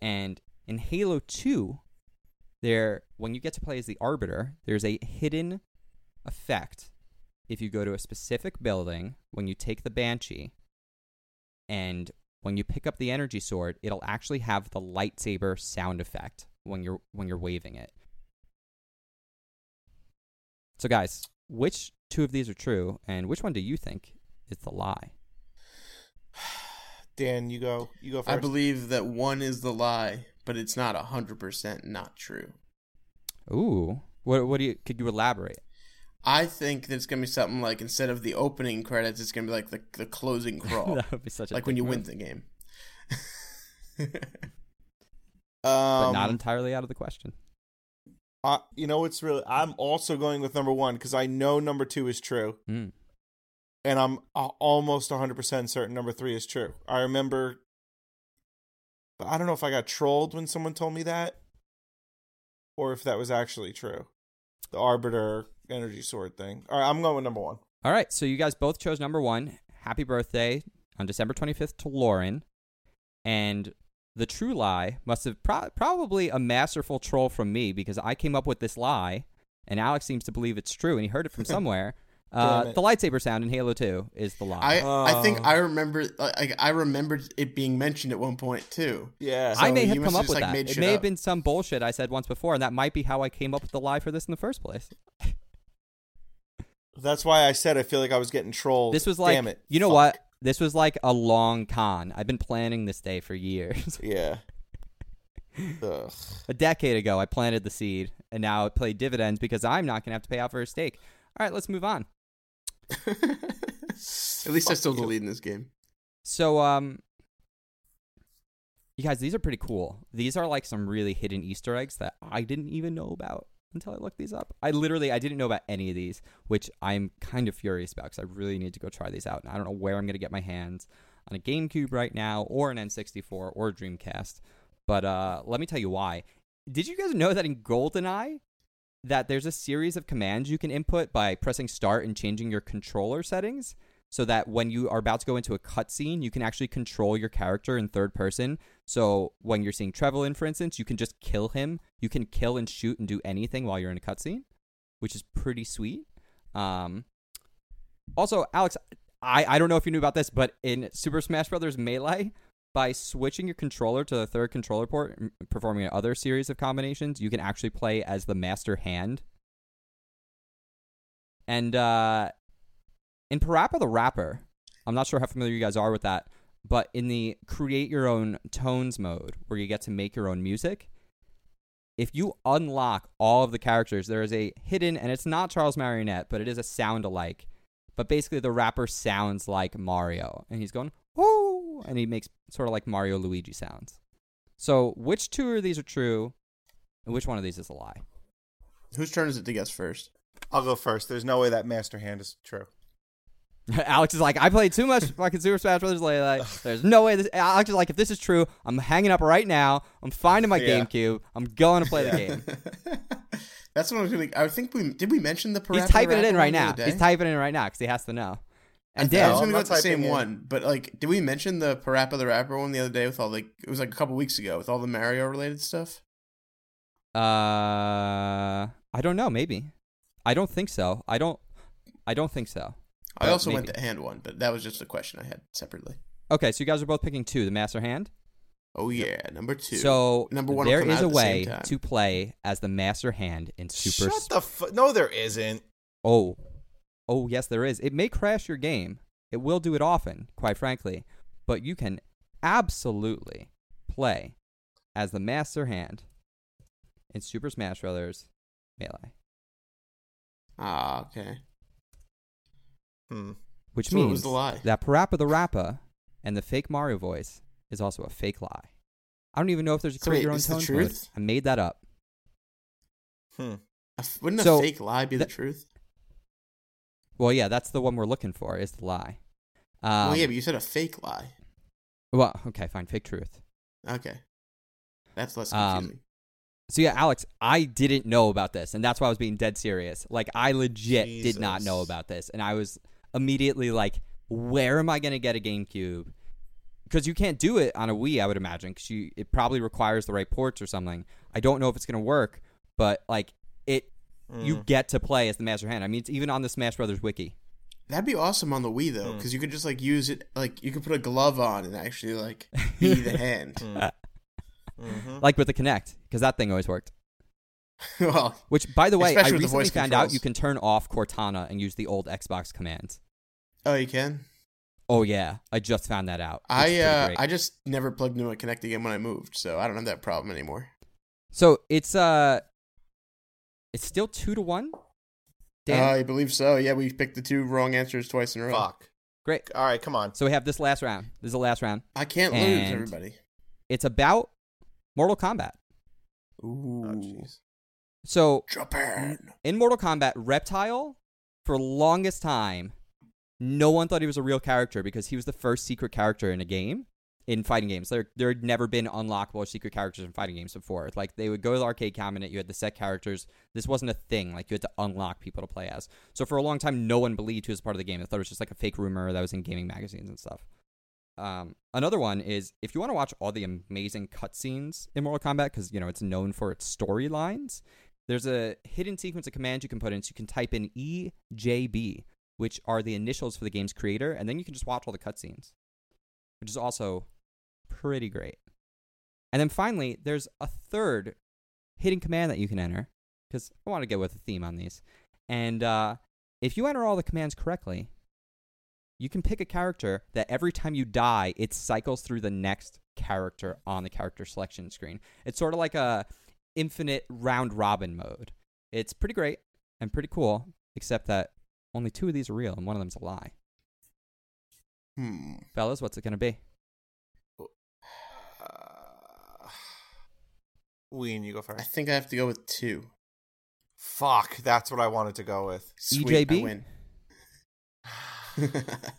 Speaker 1: and in Halo 2, there when you get to play as the Arbiter, there's a hidden effect if you go to a specific building when you take the Banshee and when you pick up the energy sword, it'll actually have the lightsaber sound effect when you're when you're waving it. So guys, which two of these are true and which one do you think is the lie?
Speaker 2: Dan, you go. You go first.
Speaker 3: I believe that one is the lie, but it's not hundred percent not true.
Speaker 1: Ooh. What what do you could you elaborate?
Speaker 3: I think that it's gonna be something like instead of the opening credits, it's gonna be like the the closing crawl,
Speaker 1: that would be such a
Speaker 3: like when
Speaker 1: dick
Speaker 3: you
Speaker 1: move.
Speaker 3: win the game.
Speaker 1: but
Speaker 2: Um,
Speaker 1: not entirely out of the question.
Speaker 2: uh, you know, it's really. I'm also going with number one because I know number two is true,
Speaker 1: Mm.
Speaker 2: and I'm a- almost 100 percent certain number three is true. I remember. But I don't know if I got trolled when someone told me that, or if that was actually true. The Arbiter energy sword thing. All right, I'm going with number one.
Speaker 1: All right, so you guys both chose number one. Happy birthday on December 25th to Lauren. And the true lie must have pro- probably a masterful troll from me because I came up with this lie, and Alex seems to believe it's true, and he heard it from somewhere.
Speaker 2: Damn
Speaker 1: Uh,
Speaker 2: it.
Speaker 1: the lightsaber sound in Halo 2 is the lie.
Speaker 3: I I think
Speaker 2: Oh.
Speaker 3: I remember like I remembered it being mentioned at one point too.
Speaker 2: Yeah.
Speaker 1: I
Speaker 3: so
Speaker 1: may
Speaker 3: you
Speaker 1: have
Speaker 3: must
Speaker 1: come
Speaker 3: have
Speaker 1: up
Speaker 3: just,
Speaker 1: with
Speaker 3: like,
Speaker 1: that.
Speaker 3: made
Speaker 1: It
Speaker 3: shit
Speaker 1: may have
Speaker 3: up.
Speaker 1: been some bullshit I said once before, and that might be how I came up with the lie for this in the first place.
Speaker 2: That's why I said I feel like I was getting trolled.
Speaker 1: This was like,
Speaker 2: Oh, damn it.
Speaker 1: you know
Speaker 2: Fuck.
Speaker 1: what? This was like a long con. I've been planning this day for years.
Speaker 2: Yeah. Ugh.
Speaker 1: a decade ago I planted the seed and now it played dividends because I'm not going to have to pay out for a stake. All right, let's move on.
Speaker 3: At least I
Speaker 2: Fuck
Speaker 3: still the
Speaker 2: you.
Speaker 3: lead in this game.
Speaker 1: So, um, you guys, these are pretty cool. These are like some really hidden Easter eggs that I didn't even know about until I looked these up. I literally I didn't know about any of these, which I'm kind of furious about because I really need to go try these out. And I don't know where I'm gonna get my hands on a GameCube right now, or an N64, or a Dreamcast. But uh, let me tell you why. Did you guys know that in GoldenEye, that there's a series of commands you can input by pressing start and changing your controller settings? so that when you are about to go into a cutscene, you can actually control your character in third person. So when you're seeing Trevelyan, for instance, you can just kill him. You can kill and shoot and do anything while you're in a cutscene, which is pretty sweet. Um, also, Alex, I, I don't know if you knew about this, but in Super Smash Brothers Melee, by switching your controller to the third controller port and performing another series of combinations, you can actually play as the master hand. And uh, in Parappa the Rapper, I'm not sure how familiar you guys are with that, but in the create your own tones mode where you get to make your own music, if you unlock all of the characters, there is a hidden, and it's not Charles Marionette, but it is a sound alike. But basically, the rapper sounds like Mario, and he's going, whoo, and he makes sort of like Mario Luigi sounds. So, which two of these are true, and which one of these is a lie?
Speaker 3: Whose turn is it to guess first?
Speaker 2: I'll go first. There's no way that Master Hand is true.
Speaker 1: Alex is like, I played too much fucking Super Smash Brothers lately. Like, there's no way this. Alex is like, if this is true, I'm hanging up right now. I'm finding my
Speaker 2: Yeah.
Speaker 1: GameCube. I'm going to play the game.
Speaker 3: That's what I was gonna. I think we did. We mention the.
Speaker 1: He's
Speaker 3: Parappa
Speaker 1: typing it
Speaker 3: Rapper
Speaker 1: in
Speaker 3: one
Speaker 1: right
Speaker 3: the
Speaker 1: now.
Speaker 3: other
Speaker 1: He's
Speaker 3: day?
Speaker 1: typing it in right now because he has to know. And Dan,
Speaker 3: I was
Speaker 2: No,
Speaker 3: gonna
Speaker 2: I'm
Speaker 3: go
Speaker 2: not
Speaker 3: with the
Speaker 2: typing
Speaker 3: same
Speaker 2: in.
Speaker 3: one, but like, did we mention the Parappa the Rapper one the other day with all like it was like a couple weeks ago with all the Mario related stuff?
Speaker 1: uh, I don't know. Maybe. I don't think so. I don't. I don't think so.
Speaker 3: I
Speaker 1: Uh,
Speaker 3: also went
Speaker 1: maybe.
Speaker 3: to hand one, but that was just a question I had separately.
Speaker 1: Okay, so you guys are both picking two. The Master Hand.
Speaker 3: Oh yeah, number two.
Speaker 1: So
Speaker 3: Number one will
Speaker 1: there
Speaker 3: come
Speaker 1: is
Speaker 3: out
Speaker 1: a
Speaker 3: at the same
Speaker 1: way
Speaker 3: time.
Speaker 1: to play as the Master Hand in Super.
Speaker 2: Shut
Speaker 1: Smash.
Speaker 2: the fu- No, there isn't.
Speaker 1: Oh, oh yes, there is. It may crash your game. It will do it often, quite frankly. But you can absolutely play as the master hand in Super Smash Brothers Melee,
Speaker 3: ah okay.
Speaker 2: Hmm.
Speaker 1: which
Speaker 3: So what
Speaker 1: means
Speaker 3: was the lie?
Speaker 1: that Parappa the Rappa and the fake Mario voice is also a fake lie. I don't even know if there's a
Speaker 3: So
Speaker 1: create
Speaker 3: wait,
Speaker 1: your own
Speaker 3: is the
Speaker 1: tone mode.
Speaker 3: truth?
Speaker 1: I made that up.
Speaker 2: Hmm.
Speaker 3: A f- Wouldn't
Speaker 1: So,
Speaker 3: a fake lie be the
Speaker 1: that-
Speaker 3: truth?
Speaker 1: Well, yeah, that's the one we're looking for. Is the lie? Um,
Speaker 3: well, yeah, but you said a fake lie.
Speaker 1: well, okay, fine. Fake truth.
Speaker 3: Okay, that's less
Speaker 1: Um,
Speaker 3: confusing.
Speaker 1: So yeah, Alex, I didn't know about this, and that's why I was being dead serious. Like I legit did not
Speaker 2: Jesus.
Speaker 1: know about this, and I was immediately like, "Where am I going to get a GameCube?" Because you can't do it on a Wii, I would imagine, because you it probably requires the right ports or something. I don't know if it's going to work, but like it, you get to play as the Master Hand. I mean, it's even on the Smash Brothers wiki.
Speaker 3: That'd be awesome on the Wii though,
Speaker 1: Hmm.
Speaker 3: because you could just like use it, like you could put a glove on and actually like be the hand.
Speaker 2: Mm-hmm.
Speaker 1: like with the Kinect, because that thing always worked. Hmm.
Speaker 3: well,
Speaker 1: Which, by the way, I
Speaker 3: Especially with the
Speaker 1: recently
Speaker 3: voice
Speaker 1: found out
Speaker 3: controls.
Speaker 1: you can turn off Cortana and use the old Xbox commands.
Speaker 3: oh, you can.
Speaker 1: Oh yeah, I just found that out. which is
Speaker 3: I
Speaker 1: pretty
Speaker 3: uh,
Speaker 1: great.
Speaker 3: I just never plugged into a Kinect again when I moved, so I don't have that problem anymore.
Speaker 1: so it's uh, it's still two to one. Dan,
Speaker 3: I believe so. Yeah, we picked the two wrong answers twice in a row.
Speaker 2: Fuck.
Speaker 1: great.
Speaker 2: All right, come on.
Speaker 1: So we have this last round. This is the last round.
Speaker 3: I can't lose,
Speaker 1: And-
Speaker 3: everybody.
Speaker 1: It's about Mortal Kombat.
Speaker 3: Ooh,
Speaker 2: Oh, jeez.
Speaker 1: So
Speaker 3: Japan.
Speaker 1: in Mortal Kombat, Reptile, for longest time, no one thought he was a real character because he was the first secret character in a game in fighting games. There there had never been unlockable or secret characters in fighting games before. Like they would go to the arcade cabinet, you had the set characters. This wasn't a thing. Like you had to unlock people to play as. So for a long time, no one believed he was part of the game. They thought it was just like a fake rumor that was in gaming magazines and stuff. Um, another one is if you want to watch all the amazing cutscenes in Mortal Kombat, because you know it's known for its storylines. There's a hidden sequence of commands you can put in. So you can type in EJB, which are the initials for the game's creator, and then you can just watch all the cutscenes, which is also pretty great. And then finally, there's a third hidden command that you can enter because I want to get with a theme on these. And uh, if you enter all the commands correctly, you can pick a character that every time you die, it cycles through the next character on the character selection screen. It's sort of like a infinite round robin mode. It's pretty great and pretty cool, except that only two of these are real and one of them's a lie. Mm.
Speaker 3: Hmm.
Speaker 1: Fellas, what's it going to be?
Speaker 2: Uh, Ween, you go
Speaker 3: I
Speaker 2: first.
Speaker 3: think I have to go with two.
Speaker 2: Fuck, that's what I wanted to go with.
Speaker 3: Sweet,
Speaker 1: EJB?
Speaker 3: I win.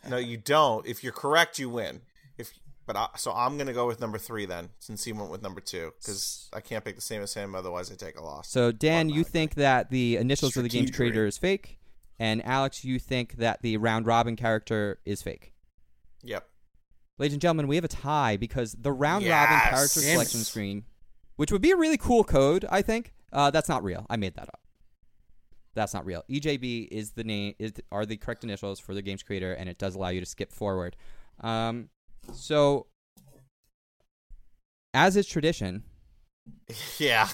Speaker 2: No, you don't. If you're correct, you win. If but I, so, I'm gonna go with number three then, since he went with number two because I can't pick the same as him. Otherwise, I take a loss.
Speaker 1: So, Dan, you think that the initials of the game's
Speaker 3: Strategery.
Speaker 1: creator is fake, and Alex, you think that the round robin character is fake.
Speaker 2: yep.
Speaker 1: Ladies and gentlemen, we have a tie because the round
Speaker 2: Yes!
Speaker 1: robin character
Speaker 3: Damn it.
Speaker 1: selection screen, which would be a really cool code, I think. Uh, that's not real. I made that up. That's not real. EJB is the name is are the correct initials for the game's creator, and it does allow you to skip forward. Um, so, as is tradition,
Speaker 2: Yeah.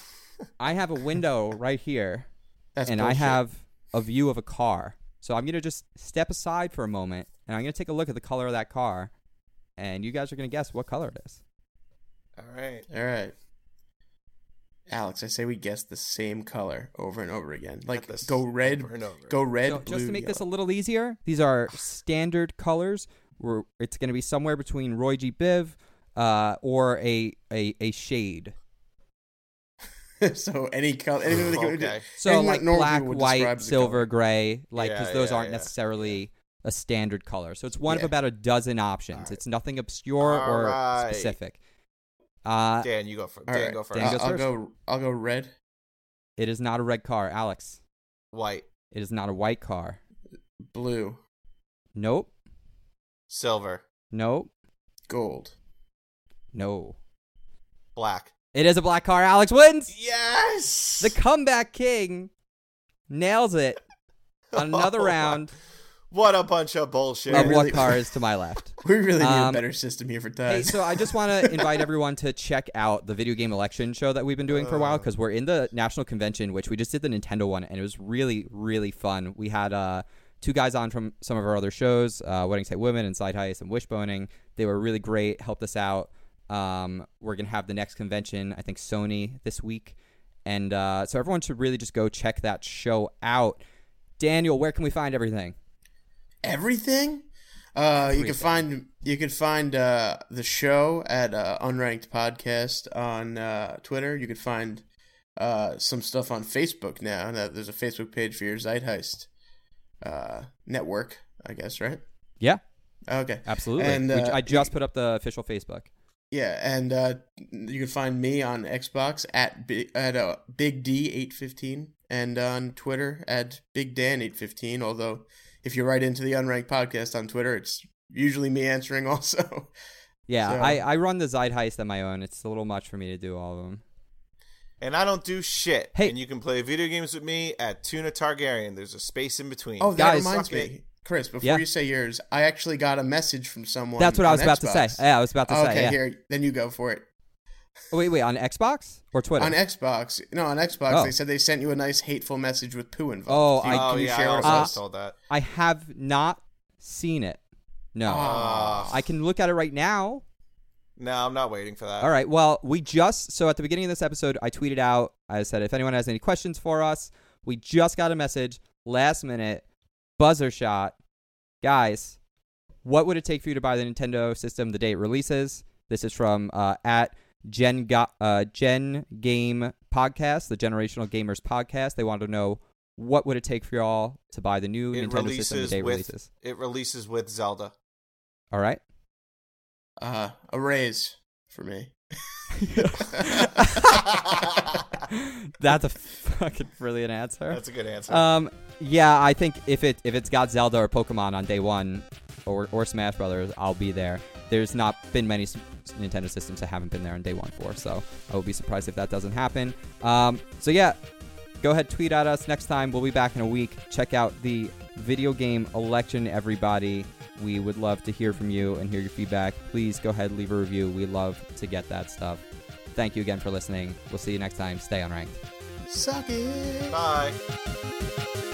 Speaker 1: I have a window right here
Speaker 3: That's
Speaker 1: and
Speaker 3: bullshit.
Speaker 1: I have a view of a car. So I'm gonna just step aside for a moment, and I'm gonna take a look at the color of that car, and you guys are gonna guess what color it is.
Speaker 2: All right.
Speaker 3: All right. Alex, I say we guess the same color over and over again. Like
Speaker 2: this
Speaker 3: go red,
Speaker 2: over and over.
Speaker 3: go red,
Speaker 1: So
Speaker 3: blue,
Speaker 1: just to make this a
Speaker 3: yellow.
Speaker 1: little easier, these are standard colors. We're, it's gonna be somewhere between Roy G. Biv uh, or a, a a shade.
Speaker 3: so any color, anything that could-
Speaker 2: Okay.
Speaker 1: So
Speaker 3: anything that
Speaker 1: like
Speaker 3: normal
Speaker 1: black,
Speaker 3: people would describe
Speaker 1: white,
Speaker 3: as a
Speaker 1: silver,
Speaker 3: color.
Speaker 1: gray, like
Speaker 2: Yeah,
Speaker 1: because those
Speaker 2: yeah,
Speaker 1: aren't
Speaker 2: yeah,
Speaker 1: necessarily a standard color. So it's one of
Speaker 3: Yeah.
Speaker 1: about a dozen options.
Speaker 2: Alright.
Speaker 1: It's nothing obscure or
Speaker 2: Alright.
Speaker 1: specific. Uh,
Speaker 2: Dan, you go first.
Speaker 3: All
Speaker 2: Dan,
Speaker 3: right,
Speaker 2: go first. Uh,
Speaker 1: Dan
Speaker 3: I'll,
Speaker 1: goes
Speaker 3: I'll
Speaker 1: first.
Speaker 3: go. I'll go red.
Speaker 1: It is not a red car, Alex.
Speaker 2: White,
Speaker 1: It is not a white car.
Speaker 3: blue,
Speaker 1: Nope.
Speaker 2: silver,
Speaker 1: Nope.
Speaker 3: gold.
Speaker 1: No.
Speaker 2: black.
Speaker 1: It is a black car. Alex wins.
Speaker 2: Yes.
Speaker 1: The comeback king nails it. on Another round
Speaker 2: What a bunch of bullshit.
Speaker 1: of
Speaker 3: really-
Speaker 1: what car is to my left.
Speaker 3: We really need
Speaker 1: Um,
Speaker 3: a better system here for
Speaker 1: Hey,
Speaker 3: ties.
Speaker 1: so I just want to invite everyone to check out the video game election show that we've been doing for a
Speaker 3: Oh.
Speaker 1: while because we're in the national convention, which we just did the Nintendo one, and it was really, really fun. We had uh, two guys on from some of our other shows, uh, Wedding Site Women and Side Heist and Wishboning. They were really great, helped us out. Um, we're gonna have the next convention, I think Sony this week, and uh, so everyone should really just go check that show out. Daniel, where can we find everything?
Speaker 3: everything. Uh, you can find you can find uh, the show at uh, Unranked Podcast on uh, Twitter. You can find uh, some stuff on Facebook now. Now There's a Facebook page for your Zeitheist uh, network, I guess, right?
Speaker 1: Yeah,
Speaker 3: Okay,
Speaker 1: absolutely.
Speaker 3: And,
Speaker 1: We-
Speaker 3: uh,
Speaker 1: I just put up the official Facebook.
Speaker 3: yeah, and uh, you can find me on Xbox at big, at uh, Big D eight fifteen and on Twitter at Big Dan eight fifteen. Although if you write into the Unranked Podcast on Twitter, it's usually me answering also.
Speaker 1: Yeah,
Speaker 3: So-
Speaker 1: I, I run the Zeitgeist on my own. It's a little much for me to do all of them.
Speaker 2: and I don't do shit.
Speaker 1: Hey.
Speaker 2: And you can play video games with me at Tuna Targaryen. There's a space in between.
Speaker 3: Oh, that
Speaker 1: Guys-
Speaker 3: reminds
Speaker 2: Fuck it.
Speaker 3: me, Chris. Before
Speaker 1: Yeah.
Speaker 3: you say yours, I actually got a message from someone.
Speaker 1: That's what I
Speaker 3: on
Speaker 1: was about to
Speaker 3: Xbox.
Speaker 1: say. Yeah, I was about to
Speaker 3: okay,
Speaker 1: say. Yeah.
Speaker 3: here, then you go for it.
Speaker 1: Oh, wait, wait, on Xbox or Twitter?
Speaker 3: On Xbox, no, on Xbox,
Speaker 1: Oh.
Speaker 3: they said they sent you a nice hateful message with poo
Speaker 1: oh,
Speaker 3: involved. Do you-
Speaker 1: I,
Speaker 2: oh
Speaker 3: can you
Speaker 2: yeah,
Speaker 3: share
Speaker 2: I
Speaker 3: with
Speaker 2: also
Speaker 1: us?
Speaker 2: saw that.
Speaker 1: I have not seen it. No.
Speaker 2: Ah.
Speaker 1: I can look at it right now.
Speaker 2: No, I'm not waiting for that.
Speaker 1: All right. Well, we just so at the beginning of this episode, I tweeted out. I said, if anyone has any questions for us, we just got a message last minute, buzzer shot, guys. What would it take for you to buy the Nintendo system the day it releases? This is from uh, at Gen Ga- uh, Gen Game Podcast, the Generational Gamers Podcast. They wanted to know what would it take for y'all to buy the new
Speaker 2: It
Speaker 1: Nintendo system the
Speaker 2: releases
Speaker 1: day it
Speaker 2: with
Speaker 1: releases.
Speaker 2: it releases with Zelda.
Speaker 1: All right.
Speaker 3: Uh, a raise for me.
Speaker 1: That's a fucking brilliant answer.
Speaker 2: That's a good answer.
Speaker 1: Um, yeah, I think if it if it's got Zelda or Pokemon on day one, or or Smash Brothers, I'll be there. There's not been many s- Nintendo systems that haven't been there on day one for, so I would be surprised if that doesn't happen. Um, so yeah, go ahead, tweet at us. Next time we'll be back in a week. Check out the video game election, everybody. We would love to hear from you and hear your feedback. Please go ahead, leave a review. We love to get that stuff. Thank you again for listening. We'll see you next time. Stay unranked.
Speaker 3: Suck it.
Speaker 2: Bye.